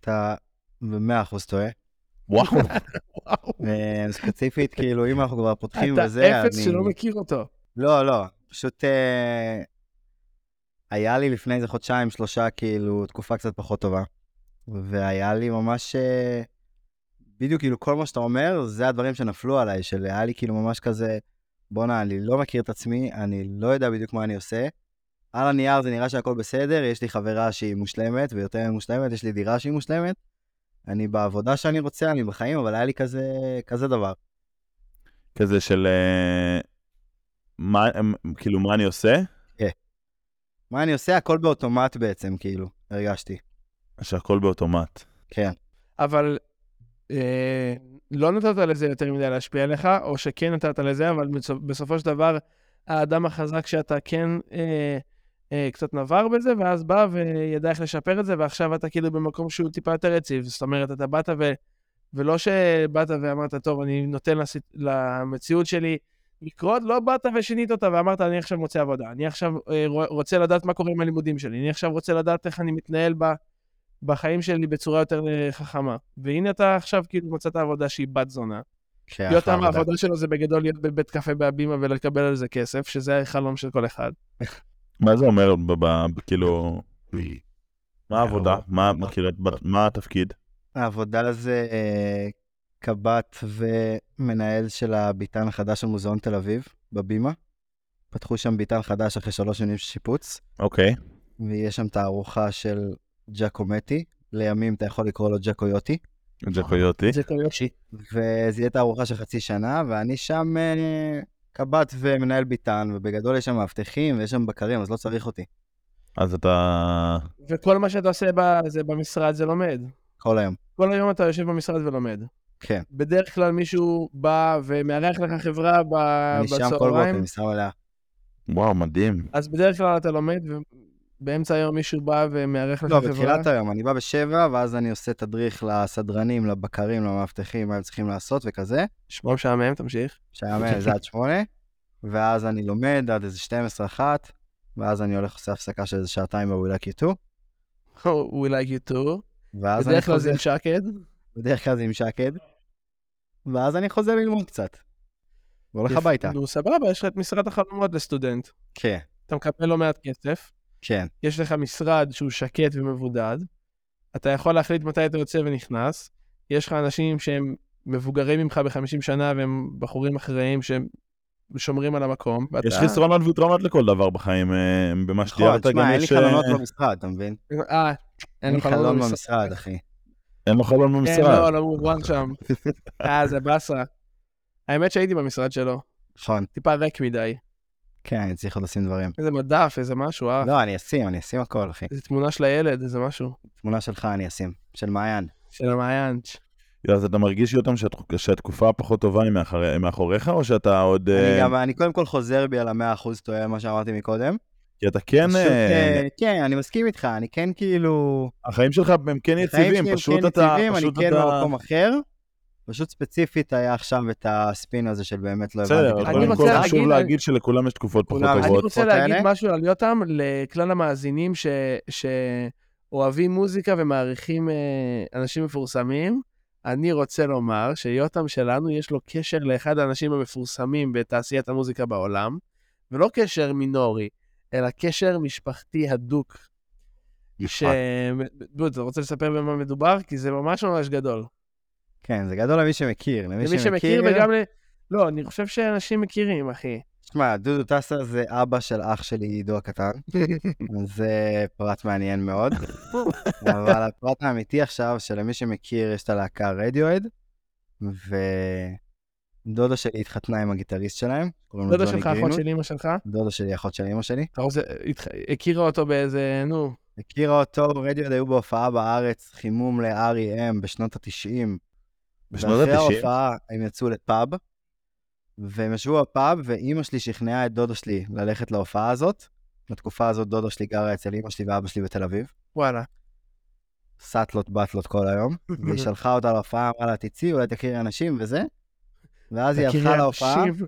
Speaker 4: אתה במאה אחוז טועה.
Speaker 2: וואו,
Speaker 4: אה, ספציפית, כאילו, אם אנחנו כבר פותחים
Speaker 1: אתה
Speaker 4: וזה,
Speaker 1: אפס
Speaker 4: אני-
Speaker 1: שלא מכיר אותו.
Speaker 4: לא, לא, פשוט אה, היה לי לפני איזה חודשיים, שלושה, כאילו, תקופה קצת פחות טובה. והיה לי ממש, אה, בדיוק כאילו כל מה שאתה אומר, זה הדברים שנפלו עליי, של היה לי כאילו ממש כזה, בואנה, אני לא מכיר את עצמי, אני לא יודע בדיוק מה אני עושה. על הנייר זה נראה שהכל בסדר, יש לי חברה שהיא מושלמת, ויותר מושלמת, יש לי דירה שהיא מושלמת. אני בעבודה שאני רוצה, אני בחיים, אבל היה לי כזה, כזה דבר.
Speaker 2: כזה של... אה, מה, אמ, כאילו, מה אני עושה?
Speaker 4: מה אני עושה? הכל באוטומט בעצם, כאילו, הרגשתי.
Speaker 2: שהכל באוטומט.
Speaker 4: כן.
Speaker 1: אבל אה, לא נתת לזה יותר מדי להשפיע עליך, או שכן נתת לזה, אבל מצו- בסופו של דבר, האדם החזק שאתה כן אה, אה, קצת נבר בזה, ואז בא וידע איך לשפר את זה, ועכשיו אתה כאילו במקום שהוא טיפה יותר יציב. זאת אומרת, אתה באת ו... ולא שבאת ואמרת, טוב, אני נותן לס... למציאות שלי לקרות, לא באת ושינית אותה ואמרת, אני עכשיו מוצא עבודה, אני עכשיו אה, רוא- רוצה לדעת מה קורה עם הלימודים שלי, אני עכשיו רוצה לדעת איך אני מתנהל ב... בחיים שלי בצורה יותר אה, חכמה. והנה אתה עכשיו כאילו מצאת עבודה שהיא בת זונה. יותם, העבודה שלו זה בגדול להיות בבית קפה בהבימה ולקבל על זה כסף, שזה החלום של כל אחד.
Speaker 2: מה זה אומר, ב- ב- כאילו... מה העבודה? מה, מה, כאילו,
Speaker 4: אה.
Speaker 2: בת- מה התפקיד?
Speaker 4: העבודה זה אה, קב"ט ומנהל של הביתן החדש של מוזיאון תל אביב, בבימה. פתחו שם ביתן חדש אחרי שלוש שנים של שיפוץ,
Speaker 2: אוקיי.
Speaker 4: ויש שם תערוכה של ג'קומטי, לימים אתה יכול לקרוא לו ג'קויוטי, אה.
Speaker 2: ג'קויוטי.
Speaker 1: זה קויושי.
Speaker 4: וזה יהיה תערוכה של חצי שנה, ואני שם אה, קב"ט ומנהל ביתן, ובגדול יש שם מאבטחים ויש שם בקרים, אז לא צריך אותי.
Speaker 2: אז אתה...
Speaker 1: וכל מה שאתה עושה ב- זה במשרד זה לומד.
Speaker 4: כל היום,
Speaker 1: כל היום אתה יושב במשרד ולומד.
Speaker 4: כן.
Speaker 1: בדרך כלל מישהו בא ומארח לך חברה ב...
Speaker 4: אני שם כל בוקר,
Speaker 1: אה, בצהריים,
Speaker 4: אני שם עליה.
Speaker 2: וואו, מדהים.
Speaker 1: אז בדרך כלל אתה לומד, ובאמצע היום מישהו בא ומארח לך
Speaker 4: לא,
Speaker 1: חברה.
Speaker 4: בתחילת היום, אני בא בשבע, ואז אני עושה תדריך לסדרנים, לבקרים, למאבטחים, מה הם צריכים לעשות וכזה,
Speaker 1: שמוע משעמם, תמשיך.
Speaker 4: שהיה מזה עד שמונה, ואז אני לומד עד איזה 12-1, ואז אני הולך עושה הפסקה של איזה שעתיים בוולק יוטו,
Speaker 1: We like you too.
Speaker 4: ואז אני
Speaker 1: בדרך כלל
Speaker 4: חוזר,
Speaker 1: זה עם שקד.
Speaker 4: בדרך כלל זה עם שקד, ואז אני חוזר ללמוד קצת. והולך
Speaker 1: יפה.
Speaker 4: הביתה.
Speaker 1: נו, סבבה, יש לך את משרד החלומות לסטודנט.
Speaker 4: כן,
Speaker 1: אתה מקבל לא מעט כסף,
Speaker 4: כן,
Speaker 1: יש לך משרד שהוא שקט ומבודד, אתה יכול להחליט מתי אתה יוצא ונכנס, יש לך אנשים שהם מבוגרים ממך ב-50 שנה והם בחורים אחראיים שהם שומרים על המקום. ואתה-
Speaker 2: יש חסרונות ויתרונות לכל דבר בחיים, אה, במה
Speaker 4: נכון,
Speaker 2: שתיארת גם
Speaker 4: תשמע, אין לי
Speaker 2: יש...
Speaker 4: חלונות
Speaker 2: אה,
Speaker 4: במשרד, אתה מבין?
Speaker 1: אה,
Speaker 4: אין לי חלון
Speaker 1: חלון
Speaker 4: במשרד, אחי.
Speaker 2: אין לו חלון
Speaker 1: כן,
Speaker 2: במשרד.
Speaker 1: לא, לא מובן שם. אה, זה באסה. האמת שהייתי במשרד שלו,
Speaker 4: נכון,
Speaker 1: טיפה ריק מדי.
Speaker 4: כן, אני צריך עוד לשים דברים.
Speaker 1: איזה מדף, איזה משהו, אה.
Speaker 4: לא, אני אשים, אני אשים הכל, אחי.
Speaker 1: איזה תמונה של הילד, איזה משהו.
Speaker 4: תמונה שלך אני אשים, של מעיין.
Speaker 1: של המעיינץ'.
Speaker 4: לא.
Speaker 2: אז אתה מרגיש, יותם, שהת- שהתקופה הפחות טובה היא מאחורי- מאחוריך, או שאתה עוד... אה,
Speaker 4: אני גם, אני קודם כל חוזר בי על המאה אחוז טועה מה שאמרתי מקודם.
Speaker 2: כי אתה כן...
Speaker 4: פשוט,
Speaker 2: אה,
Speaker 4: אה, כן, אני מסכים איתך, אני כן כאילו...
Speaker 2: החיים שלך הם כן
Speaker 4: החיים
Speaker 2: יציבים,
Speaker 4: שלי הם
Speaker 2: פשוט
Speaker 4: כן
Speaker 2: אתה...
Speaker 4: יציבים,
Speaker 2: פשוט
Speaker 4: אני כן
Speaker 2: אתה-
Speaker 4: במקום אחר. פשוט ספציפית היה עכשיו את הספין הזה של באמת לא הבנתי.
Speaker 2: בסדר,
Speaker 4: בדיוק
Speaker 2: אבל
Speaker 1: אני
Speaker 4: מה
Speaker 2: קודם
Speaker 1: רוצה
Speaker 2: כל
Speaker 1: להגיד-
Speaker 2: חשוב להגיד שלכולם יש תקופות פחות
Speaker 4: כולם,
Speaker 1: אני
Speaker 2: טובות.
Speaker 1: רוצה
Speaker 4: התקופות
Speaker 1: להגיד
Speaker 4: האלה?
Speaker 1: משהו על יותם לכלל המאזינים ש... שאוהבים מוזיקה ומעריכים אה, אנשים מפורסמים. אני רוצה לומר שיותם שלנו יש לו קשר לאחד האנשים המפורסמים בתעשיית המוזיקה בעולם, ולא קשר מינורי, אלא קשר משפחתי הדוק. ש...
Speaker 2: אה,
Speaker 1: דוד, אתה רוצה לספר במה מדובר? כי זה ממש ממש גדול.
Speaker 4: כן, זה גדול למי שמכיר. למי,
Speaker 1: למי שמכיר וגם ל... לא, אני חושב שאנשים מכירים, אחי.
Speaker 4: שמע, דודו טסר זה אבא של אח שלי, עידו הקטן. זה פרט מעניין מאוד. אבל הפרט האמיתי עכשיו, שלמי שמכיר, יש את הלהקה רדיואד, ודודה שלי התחתנה עם הגיטריסט שלהם, קוראים לו
Speaker 1: דודה
Speaker 4: ג'וני
Speaker 1: שלך, אחות
Speaker 4: גרינווד.
Speaker 1: של אמא שלך?
Speaker 4: דודה שלי, אחות של אמא שלי.
Speaker 1: אתה רוצה... התח- הכירה אותו באיזה... נו.
Speaker 4: הכירה אותו, רדיואד היו בהופעה בארץ, חימום ל-R.E.M. בשנות ה-90.
Speaker 2: בשנות
Speaker 4: ואחרי
Speaker 2: ה-90?
Speaker 4: ההופעה הם יצאו לפאב, והם ישבו בפאב, ואימא שלי שכנעה את דודה שלי ללכת להופעה הזאת. בתקופה הזאת דודה שלי גרה אצל אימא שלי ואבא שלי בתל אביב.
Speaker 1: וואלה.
Speaker 4: סאטלות באטלות כל היום, והיא שלחה אותה להופעה, אמרה לה, תצאי, אולי תכירי אנשים וזה. ואז היא
Speaker 1: תכירי
Speaker 4: הלכה להופעה, אה,
Speaker 1: אנשים.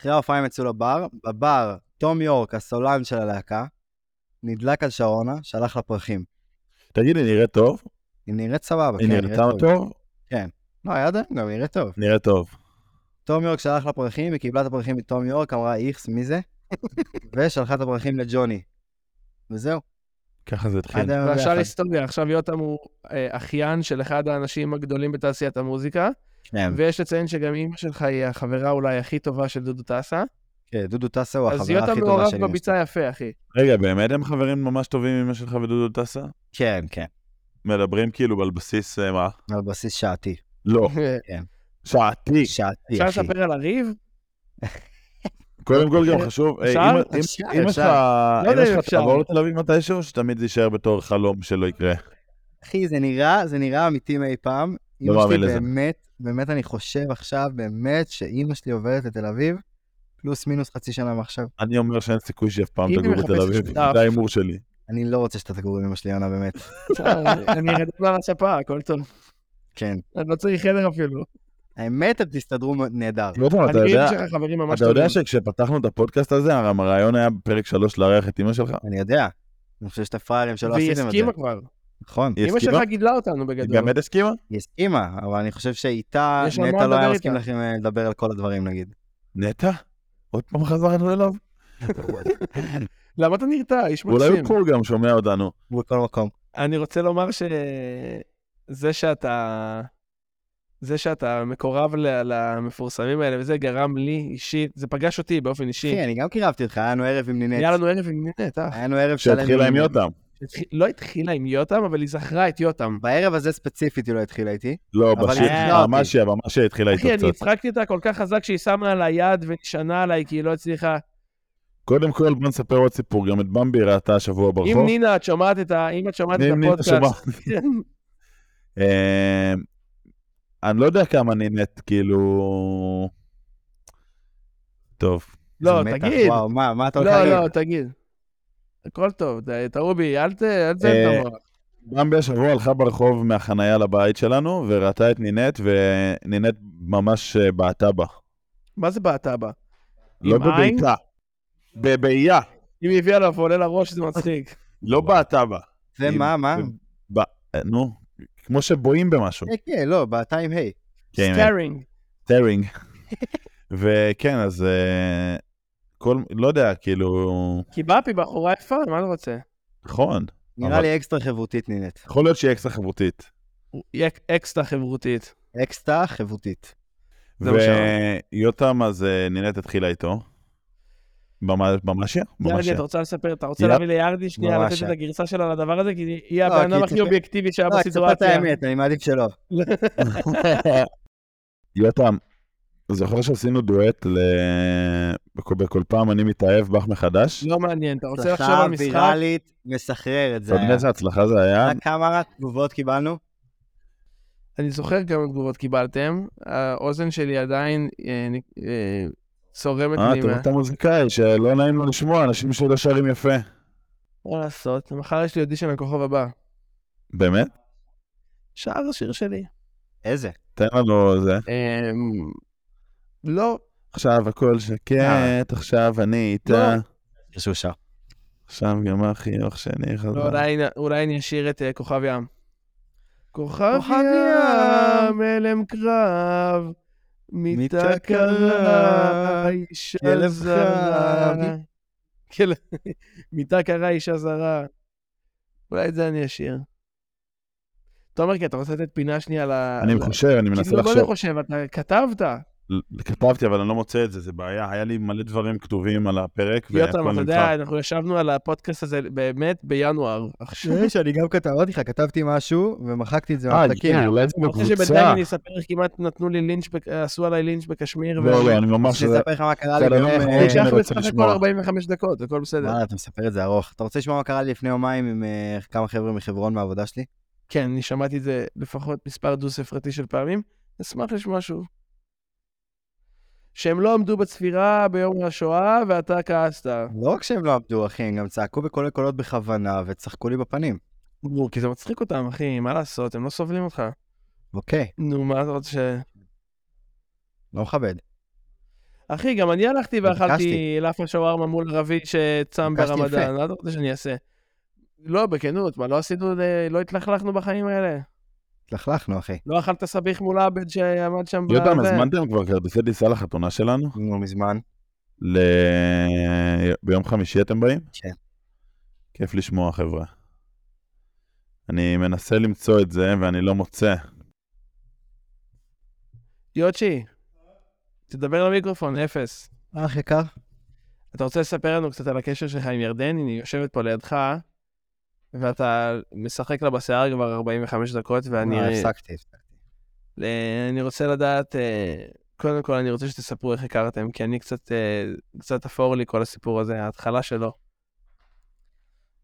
Speaker 4: אחרי ההופעה הם יצאו לבר, בבר, תום יורק, הסולן של הלהקה, נדלק על שרונה, שלח לה פרחים.
Speaker 2: תגיד לי, נראה טוב?
Speaker 1: אוקיי,
Speaker 4: היא נראית סבבה,
Speaker 2: היא
Speaker 4: כן,
Speaker 2: נראתה טוב?
Speaker 4: לא, היה עדיין גם, היא נראית טוב.
Speaker 2: נראה טוב.
Speaker 4: תום יורק שלח לה פרחים, היא קיבלה את הפרחים מתום יורק, אמרה איכס, מי זה? ושלחה את הפרחים לג'וני. וזהו,
Speaker 2: ככה זה התחיל.
Speaker 4: עד היום הם
Speaker 1: ועכשיו
Speaker 4: ביחד.
Speaker 1: היסטוריה, עכשיו יותם הוא אה, אחיין של אחד האנשים הגדולים בתעשיית המוזיקה,
Speaker 4: כן,
Speaker 1: ויש לציין שגם אימא שלך היא החברה אולי הכי טובה של דודו טסה,
Speaker 4: כן, דודו טסה הוא
Speaker 1: אז
Speaker 4: החברה
Speaker 1: יותם
Speaker 4: הכי טובה
Speaker 1: מעורב
Speaker 4: שלי.
Speaker 1: בביצה יפה, אחי.
Speaker 2: רגע, באמת הם חברים ממש טובים עם אמא שלך ודודו טסה?
Speaker 4: כן, כן,
Speaker 2: מדברים כאילו על בסיס אה, מה?
Speaker 4: על בסיס שעתי.
Speaker 2: לא, שעתי.
Speaker 4: שעתי,
Speaker 1: אה, אפשר
Speaker 4: אחי.
Speaker 1: לספר על הריב?
Speaker 2: קודם כל גם חשוב, אה,
Speaker 1: אפשר?
Speaker 2: אם- אם-
Speaker 4: אפשר,
Speaker 2: אם יש
Speaker 4: אפשר.
Speaker 2: לך
Speaker 1: לא
Speaker 2: אם
Speaker 1: יודע
Speaker 2: יש
Speaker 1: אם
Speaker 2: לך
Speaker 1: אפשר.
Speaker 2: תעבור לתל אביב מתישהו, או שתמיד זה יישאר בתור חלום שלא יקרה.
Speaker 4: אחי, זה נראה, זה נראה אמיתי מאי פעם.
Speaker 2: לא
Speaker 4: אמא שלי
Speaker 2: מאמין לזה.
Speaker 4: באמת, באמת אני חושב עכשיו, באמת, שאימא שלי עוברת לתל אביב, פלוס מינוס חצי שנה מעכשיו.
Speaker 2: אני אומר שאין סיכוי שאף פעם
Speaker 1: אם
Speaker 2: תגור
Speaker 1: היא
Speaker 2: בתל
Speaker 1: מחפשת
Speaker 2: אביב,
Speaker 1: שותף.
Speaker 2: זה ההימור שלי.
Speaker 4: אני לא רוצה שאתה תגור עם אמא שלי, יונה, באמת.
Speaker 1: אה, אני ארדם על הספה, הכל טוב.
Speaker 4: כן.
Speaker 1: אני לא צריך חדר אפילו.
Speaker 4: האמת, אתם תסתדרו נהדר.
Speaker 2: לא יודע, אתה
Speaker 1: אני ואימא
Speaker 2: יודע,
Speaker 1: שלך חברים ממש
Speaker 2: אתה יודע
Speaker 1: טובים.
Speaker 2: שכשפתחנו את הפודקאסט הזה, הרי הרעיון היה בפרק 3 לארח את אמא שלך?
Speaker 4: אני יודע. אני חושב שאתה פראיירים שלא
Speaker 1: והיא
Speaker 4: עשיתם את זה.
Speaker 1: הסכימה כבר.
Speaker 4: נכון.
Speaker 2: היא
Speaker 1: אימא
Speaker 2: הסכימה?
Speaker 1: שלך גידלה אותנו בגדול.
Speaker 2: גם את הסכימה?
Speaker 4: היא הסכימה, אבל אני חושב שאיתה,
Speaker 1: יש על מה
Speaker 4: נטע לא
Speaker 1: לדבר
Speaker 4: היה
Speaker 1: איתה.
Speaker 4: מסכים לכם אה, לדבר על כל הדברים, נגיד.
Speaker 2: נטע? עוד פעם חזרנו אליו?
Speaker 1: למה אתה נרתע? איש
Speaker 2: אולי
Speaker 1: מקסים.
Speaker 2: הוא פה גם שומע אותנו.
Speaker 4: הוא בכל מקום.
Speaker 1: אני רוצה לומר שזה שאתה... זה שאתה מקורב ל- למפורסמים האלה וזה גרם לי אישית, זה פגש אותי באופן אישי.
Speaker 4: אחי, אני גם קירבתי אותך, היה לנו ערב עם נינט.
Speaker 1: היה לנו ערב עם נינט, אה.
Speaker 4: היה לנו ערב שלם.
Speaker 2: שהתחילה עם יותם.
Speaker 1: התחיל- לא התחילה עם יותם, אבל היא זכרה את יותם.
Speaker 4: בערב הזה ספציפית היא לא התחילה איתי.
Speaker 2: לא,
Speaker 4: אבל
Speaker 2: בשיר,
Speaker 4: היא התחילה אותי.
Speaker 2: ממש היא, ממש היא התחילה איתו
Speaker 1: אחי, אני
Speaker 2: קצת.
Speaker 1: הצחקתי אותה כל כך חזק שהיא שמה עליי יד ונשענה עליי כי היא לא הצליחה.
Speaker 2: קודם כל, בוא נספר עוד סיפור, גם את במבי ראתה השבוע ברחוב.
Speaker 1: אם נינה, את שומעת את ה... אם את שומעת את
Speaker 2: אם נינה
Speaker 1: הפודקאסט. כן.
Speaker 2: אה, אני לא יודע כמה נינט, כאילו... טוב,
Speaker 1: לא,
Speaker 4: זה מתח,
Speaker 1: תגיד.
Speaker 4: וואו, מה, מה אתה הולך
Speaker 1: לא,
Speaker 4: להגיד?
Speaker 1: לא, תגיד. הכל טוב, די, תרובי, אל ת... אל תזיין את
Speaker 2: אה,
Speaker 1: המוח.
Speaker 2: במבי השבוע הלכה ברחוב מהחנייה לבית שלנו, וראתה את נינט, ונינט ממש אה, בעטה בה.
Speaker 1: מה זה בעטה בה?
Speaker 2: לא
Speaker 1: עם עין?
Speaker 2: בבעיטה. בבעייה,
Speaker 1: אם היא הביאה לו ועולה לראש, זה מצחיק.
Speaker 2: לא בעטה בה.
Speaker 4: זה מה, מה?
Speaker 2: אה, נו, כמו שבועים במשהו.
Speaker 4: כן, כן, לא, בעתיים היי.
Speaker 2: כן,
Speaker 1: סטארינג.
Speaker 2: טרינג. וכן, אז אה, כל, לא יודע, כאילו,
Speaker 1: כי באפי בחורה יפה, מה אתה רוצה?
Speaker 2: נכון,
Speaker 4: נראה
Speaker 2: אבל-
Speaker 4: לי אקסטרה חברותית נינט.
Speaker 2: יכול להיות שהיא אקסטרה חברותית.
Speaker 1: היא אק- אקסטרה חברותית.
Speaker 4: אקסטרה חברותית.
Speaker 1: זה מה שאמרתי.
Speaker 2: ויותם אז אה, נינט התחילה איתו. ממש- ממש? ממש.
Speaker 1: ירדי, אתה רוצה לספר? אתה רוצה
Speaker 2: יפ.
Speaker 1: להביא לירדי שנייה
Speaker 4: לא. ממש
Speaker 1: לתת את
Speaker 4: יפ.
Speaker 1: הגרסה שלה לדבר הזה? כי היא
Speaker 4: לא,
Speaker 1: הבן אדם
Speaker 4: כי
Speaker 1: הכי
Speaker 4: תספר-
Speaker 1: אובייקטיבי שהיה
Speaker 4: רק תספר את
Speaker 1: בסיטואציה.
Speaker 4: האמת, לא, אני מעדיף שלא.
Speaker 2: יותם, זוכר שעשינו דואט ל... בכל, בכל פעם אני מתאהב בך מחדש?
Speaker 1: לא מעניין, אתה רוצה לחשוב
Speaker 4: הצלחה
Speaker 1: על משחק?
Speaker 4: ויראלית מסחררת זה
Speaker 2: אתה יודע
Speaker 4: היה.
Speaker 2: איזה הצלחה זה היה?
Speaker 4: רק כמה תגובות קיבלנו?
Speaker 1: אני זוכר כמה תגובות קיבלתם, האוזן שלי עדיין אה, נ- אה, צורמת
Speaker 2: אה,
Speaker 1: לי.
Speaker 2: אתה
Speaker 1: מה-
Speaker 2: אתה מוזיקאי, שלא נעים לו לשמוע, אנשים שלא שרים יפה.
Speaker 1: מה לעשות? מחר יש לי אודישן לכוכב הבא.
Speaker 2: באמת?
Speaker 1: שר השיר שלי.
Speaker 4: איזה?
Speaker 2: תן לנו זה.
Speaker 1: אה, לא,
Speaker 2: עכשיו הכל שקט, עכשיו אני איתה.
Speaker 1: אה. לא.
Speaker 4: שהוא שר.
Speaker 2: עכשיו גם החיוך שני
Speaker 1: לא,
Speaker 2: חזר.
Speaker 1: אולי- אולי אני אשאיר את אה, כוכב ים. כוכביה, מלם קרב, מיטה
Speaker 4: מיטה
Speaker 1: קרה,
Speaker 4: קרה,
Speaker 1: אישה
Speaker 4: כלב
Speaker 1: זרה.
Speaker 4: חם.
Speaker 1: כלב- מיטה קרה, אישה זרה. אולי את זה אני אשאיר. תומר, כי אתה רוצה לתת פינה שנייה ל...
Speaker 2: אני
Speaker 1: ל-
Speaker 2: חושב, אני מנסה
Speaker 1: כאילו, לא אני
Speaker 2: לחשוב.
Speaker 1: חושב, אתה כתבת.
Speaker 2: ל- כתבתי, אבל אני לא מוצא את זה, זה בעיה. היה לי מלא דברים כתובים על הפרק,
Speaker 1: יותם,
Speaker 2: והכל
Speaker 1: אתה יודע,
Speaker 2: נמחק.
Speaker 1: אנחנו ישבנו על הפודקאסט הזה באמת בינואר. עכשיו.
Speaker 4: תראה שאני גם כתב, אמרתי לך, כתבתי משהו ומחחתי את זה
Speaker 2: אה,
Speaker 4: מהפתקים.
Speaker 2: כן, אולי זה
Speaker 1: אתה רוצה שבינתיים
Speaker 2: בקבוצה.
Speaker 1: אני אספר איך כמעט נתנו לי לינץ', בק- עשו עליי לינץ' בקשמיר?
Speaker 2: לא, לא, אני ממש...
Speaker 4: אני אספר לך מה קרה לי
Speaker 2: בסדר,
Speaker 4: ביום...
Speaker 2: אנחנו-
Speaker 4: אה,
Speaker 1: זה ייקח
Speaker 2: אני כן רוצה
Speaker 1: בסך הכל
Speaker 2: לשמוע.
Speaker 1: 45 דקות, הכל בסדר.
Speaker 4: וואלה, אתה מספר את זה ארוך. אתה רוצה לשמוע מה קרה לי לפני יומיים עם אה, כמה חבר'ה מחברון מהעבודה שלי?
Speaker 1: כן, אני שמעתי את זה לפחות מספר דו-ספרתי של פעמים. אשמח לשמוע שוב. שהם לא עמדו בצפירה ביום השואה, ואתה כעסת.
Speaker 4: לא רק שהם לא עמדו, אחי, הם גם צעקו בכל הקולות בכוונה וצחקו לי בפנים.
Speaker 1: ברור, כי זה מצחיק אותם, אחי, מה לעשות, הם לא סובלים אותך.
Speaker 4: אוקיי,
Speaker 1: נו, מה אתה רוצה ש...
Speaker 4: לא מכבד.
Speaker 1: אחי, גם אני הלכתי ואכלתי
Speaker 4: ביקשתי.
Speaker 1: לאפה שווארמה מול רביד שצם
Speaker 4: ביקשתי
Speaker 1: ברמדאן,
Speaker 4: יפה.
Speaker 1: מה אתה רוצה שאני אעשה? לא, בכנות, מה, לא עשינו, לא התלכלכנו בחיים האלה?
Speaker 4: התלכלכנו, אחי.
Speaker 1: לא אכלת סביח מול עבד שעמד שם
Speaker 2: יותם,
Speaker 1: בזה?
Speaker 2: הזמנתם כבר כרטיסי טיסה לחתונה שלנו?
Speaker 4: נו, מזמן.
Speaker 2: ל... ביום חמישי אתם באים?
Speaker 4: כן.
Speaker 2: כיף לשמוע, חבר'ה. אני מנסה למצוא את זה, ואני לא מוצא.
Speaker 1: יוצ'י, תדבר למיקרופון, אפס.
Speaker 4: אה, אח יקר?
Speaker 1: אתה רוצה לספר לנו קצת על הקשר שלך עם ירדן? היא יושבת פה לידך, ואתה משחק לה בשיער כבר 45 דקות, ואני
Speaker 4: אה, הפסקתי.
Speaker 1: אה, אני רוצה לדעת, אה, קודם כל אני רוצה שתספרו איך הכרתם, כי אני קצת, אה, קצת אפור לי כל הסיפור הזה, ההתחלה שלו.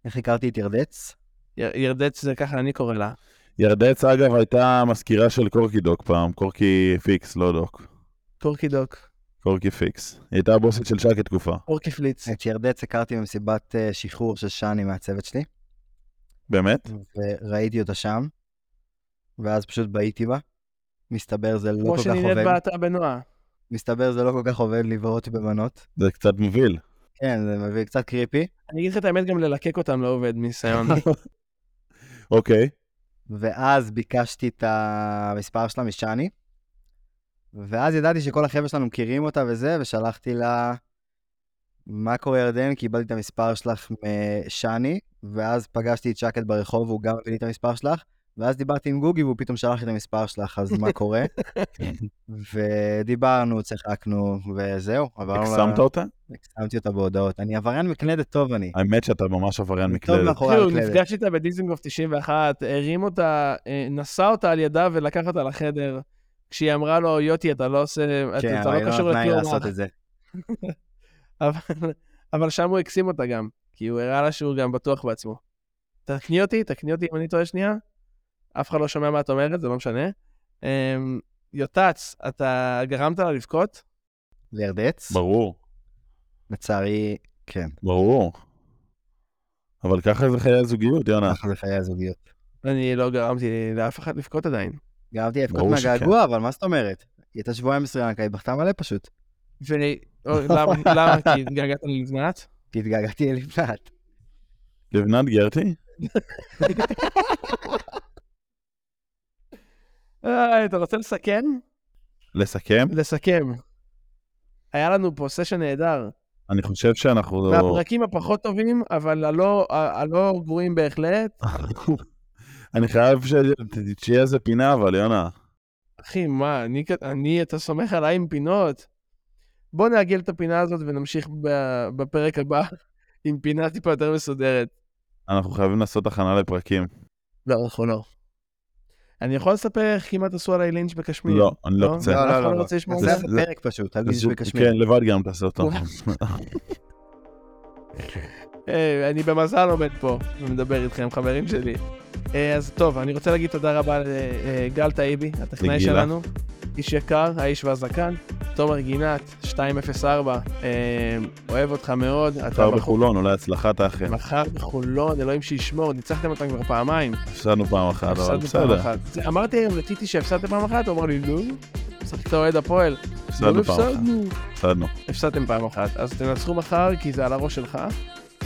Speaker 4: איך הכרתי את ירדץ?
Speaker 1: יר- ירדץ זה ככה אני קורא לה.
Speaker 2: ירדץ, אגב, הייתה מזכירה של קורקי דוק פעם, קורקי פיקס, לא דוק.
Speaker 1: טורקי דוק,
Speaker 2: קורקי פיקס. היא הייתה הבוסית של שקי תקופה.
Speaker 1: אורקי פליץ.
Speaker 4: את ירדץ הכרתי במסיבת אה, שחרור של שני מהצוות שלי,
Speaker 2: באמת?
Speaker 4: וראיתי אותה שם, ואז פשוט בעיתי בה. מסתבר זה לא
Speaker 1: כמו
Speaker 4: כל כך
Speaker 1: שנינט
Speaker 4: עובד.
Speaker 1: בעטה בנועה.
Speaker 4: מסתבר זה לא כל כך עובד לבעוט בבנות.
Speaker 2: זה קצת מוביל.
Speaker 4: כן, זה מביא קצת קריפי.
Speaker 1: אני אגיד לך את האמת, גם ללקק אותם לא עובד מניסיון.
Speaker 2: אוקיי.
Speaker 4: ואז ביקשתי את המספר שלה משני, ואז ידעתי שכל החבר'ה שלנו מכירים אותה וזה, ושלחתי לה, מה קורה ירדן? קיבלתי את המספר שלך משני, ואז פגשתי את שקד ברחוב, והוא גם הביא לי את המספר שלך, ואז דיברתי עם גוגי, והוא פתאום שלח לי את המספר שלך, אז מה קורה? ודיברנו, צחקנו, וזהו, עברנו... ל-
Speaker 2: הקסמת אותה?
Speaker 4: הקסמתי אותה בהודעות. אני עבריין מקלדת טוב, אני.
Speaker 2: האמת שאתה ממש עבריין
Speaker 4: אני טוב
Speaker 2: מקלדת.
Speaker 4: מאחורי
Speaker 1: כאילו, הוא
Speaker 4: המקלדת.
Speaker 1: נפגש איתה בדיזינגוף 91, הרים אותה, אה, נשא אותה על ידיו ולקח אותה לחדר. כשהיא אמרה לו, יוטי, אתה לא עושה, אתה-
Speaker 4: כן,
Speaker 1: אתה
Speaker 4: אבל היא
Speaker 1: לא
Speaker 4: לא
Speaker 1: קשור
Speaker 4: נתנה לי
Speaker 1: לכלום.
Speaker 4: לעשות את זה.
Speaker 1: אבל- אבל שם הוא הקסים אותה גם, כי הוא הראה לה שהוא גם בטוח בעצמו. תקני אותי, תקני אותי אם אני טועה שנייה. אף אחד לא שומע מה את אומרת, זה לא משנה. אמ, יוטץ, אתה גרמת לה לבכות?
Speaker 4: לירדץ?
Speaker 2: ברור, אה.
Speaker 4: לצערי, כן.
Speaker 2: ברור. אבל ככה זה חיי הזוגיות, יונה.
Speaker 4: ככה זה חיי הזוגיות.
Speaker 1: אני לא גרמתי לאף אחד לבכות עדיין.
Speaker 4: גרמתי לבכות
Speaker 2: ברור שכן.
Speaker 4: מהגעגוע, אבל מה זאת אומרת? היא הייתה שבועיים מסוימת, היא בכתה מלא פשוט.
Speaker 1: ואני, אוי, למה? למה? כי התגעגעת לבנת?
Speaker 4: כי התגעגעתי ללבנת.
Speaker 2: לבנת גרטי?
Speaker 1: אה, אתה רוצה לסכן?
Speaker 2: לסכם?
Speaker 1: לסכם. היה לנו פה סשן נהדר.
Speaker 2: אני חושב שאנחנו... לא-
Speaker 1: מהפרקים הפחות טובים, אבל הלא- ה- הלא גרועים בהחלט.
Speaker 2: אני חייב ש- שיהיה איזה פינה, אבל יונה.
Speaker 1: אחי, מה, אני, כ- אני, אתה סומך עליי עם פינות? בוא נעגל את הפינה הזאת ונמשיך ב- בפרק הבא עם פינה טיפה יותר מסודרת.
Speaker 2: אנחנו חייבים לעשות הכנה לפרקים.
Speaker 1: לא, אנחנו לא. אני יכול לספר איך כמעט עשו עליי לינץ' בקשמיר?
Speaker 2: לא, אני לא רוצה.
Speaker 1: לא, אף
Speaker 4: לא,
Speaker 1: אחד
Speaker 4: לא,
Speaker 1: לא
Speaker 4: לא.
Speaker 1: רוצה לשמוע
Speaker 4: זה
Speaker 1: על
Speaker 2: זה-
Speaker 1: זה.
Speaker 2: זה-
Speaker 4: פרק פשוט, על
Speaker 2: אז
Speaker 4: גינס
Speaker 2: הוא-
Speaker 4: בקשמיר.
Speaker 2: כן, לבד גם תעשה אותו.
Speaker 1: אוקיי. אה, אני במזל עומד פה ומדבר איתכם, חברים שלי. אה, אז טוב, אני רוצה להגיד תודה רבה לגל טאיבי, הטכנאי
Speaker 2: לגילה.
Speaker 1: שלנו. איש יקר, האיש והזקן. תומר גינת, 204, אה, אוהב אותך מאוד. אתה
Speaker 2: מחר
Speaker 1: בחור...
Speaker 2: בחולון, אולי הצלחת האחר.
Speaker 1: מחר בחולון, אלוהים שישמור, ניצחתם אותם כבר פעמיים.
Speaker 2: הפסדנו פעם אחת, אבל
Speaker 1: הפסדנו פעם
Speaker 2: בסדר.
Speaker 1: אחת. זה- אמרתי היום לטיטי שהפסדתם פעם אחת, הוא אמר לי, לא, משחק את אוהד הפועל.
Speaker 2: הפסדנו
Speaker 1: "לא,
Speaker 2: פעם אחת. הפסדנו.
Speaker 1: הפסדתם פעם אחת, אז תנצחו מחר, כי זה על הראש שלך.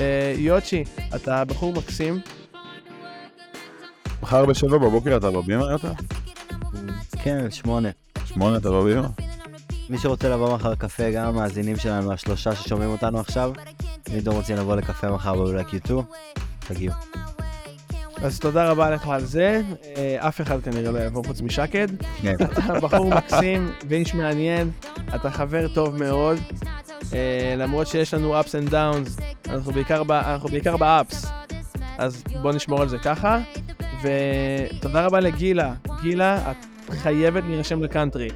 Speaker 1: אה, יוצ'י, אתה בחור מקסים,
Speaker 2: מחר בשבע בבוקר אתה בבימה יוטה?
Speaker 4: כן, שמונה.
Speaker 2: שמונה אתה בבימה?
Speaker 4: מי שרוצה לבוא מחר קפה, גם המאזינים שלנו, השלושה ששומעים אותנו עכשיו, אם אתם רוצים לבוא לקפה מחר בלולה קיוטו, תגיעו.
Speaker 1: אז תודה רבה לך על זה. אה, אף אחד כנראה לא יבוא חוץ משקד. אתה בחור מקסים, ואיש מעניין, אתה חבר טוב מאוד. אה, למרות שיש לנו ups and downs, אנחנו בעיקר, ב, אנחנו בעיקר ב-ups, אז בוא נשמור על זה ככה. ותודה רבה לגילה. גילה, את חייבת להירשם לקאנטרי.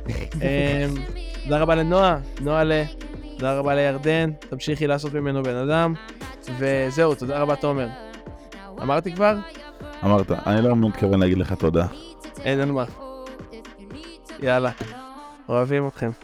Speaker 1: אה, תודה רבה לנועה, נועה ל... תודה רבה לירדן, תמשיכי לעשות ממנו בן אדם. וזהו, תודה רבה תומר. אמרתי כבר?
Speaker 2: אמרת, אני לא מתכוון להגיד לך תודה.
Speaker 1: אין על מה. יאללה, אוהבים אתכם.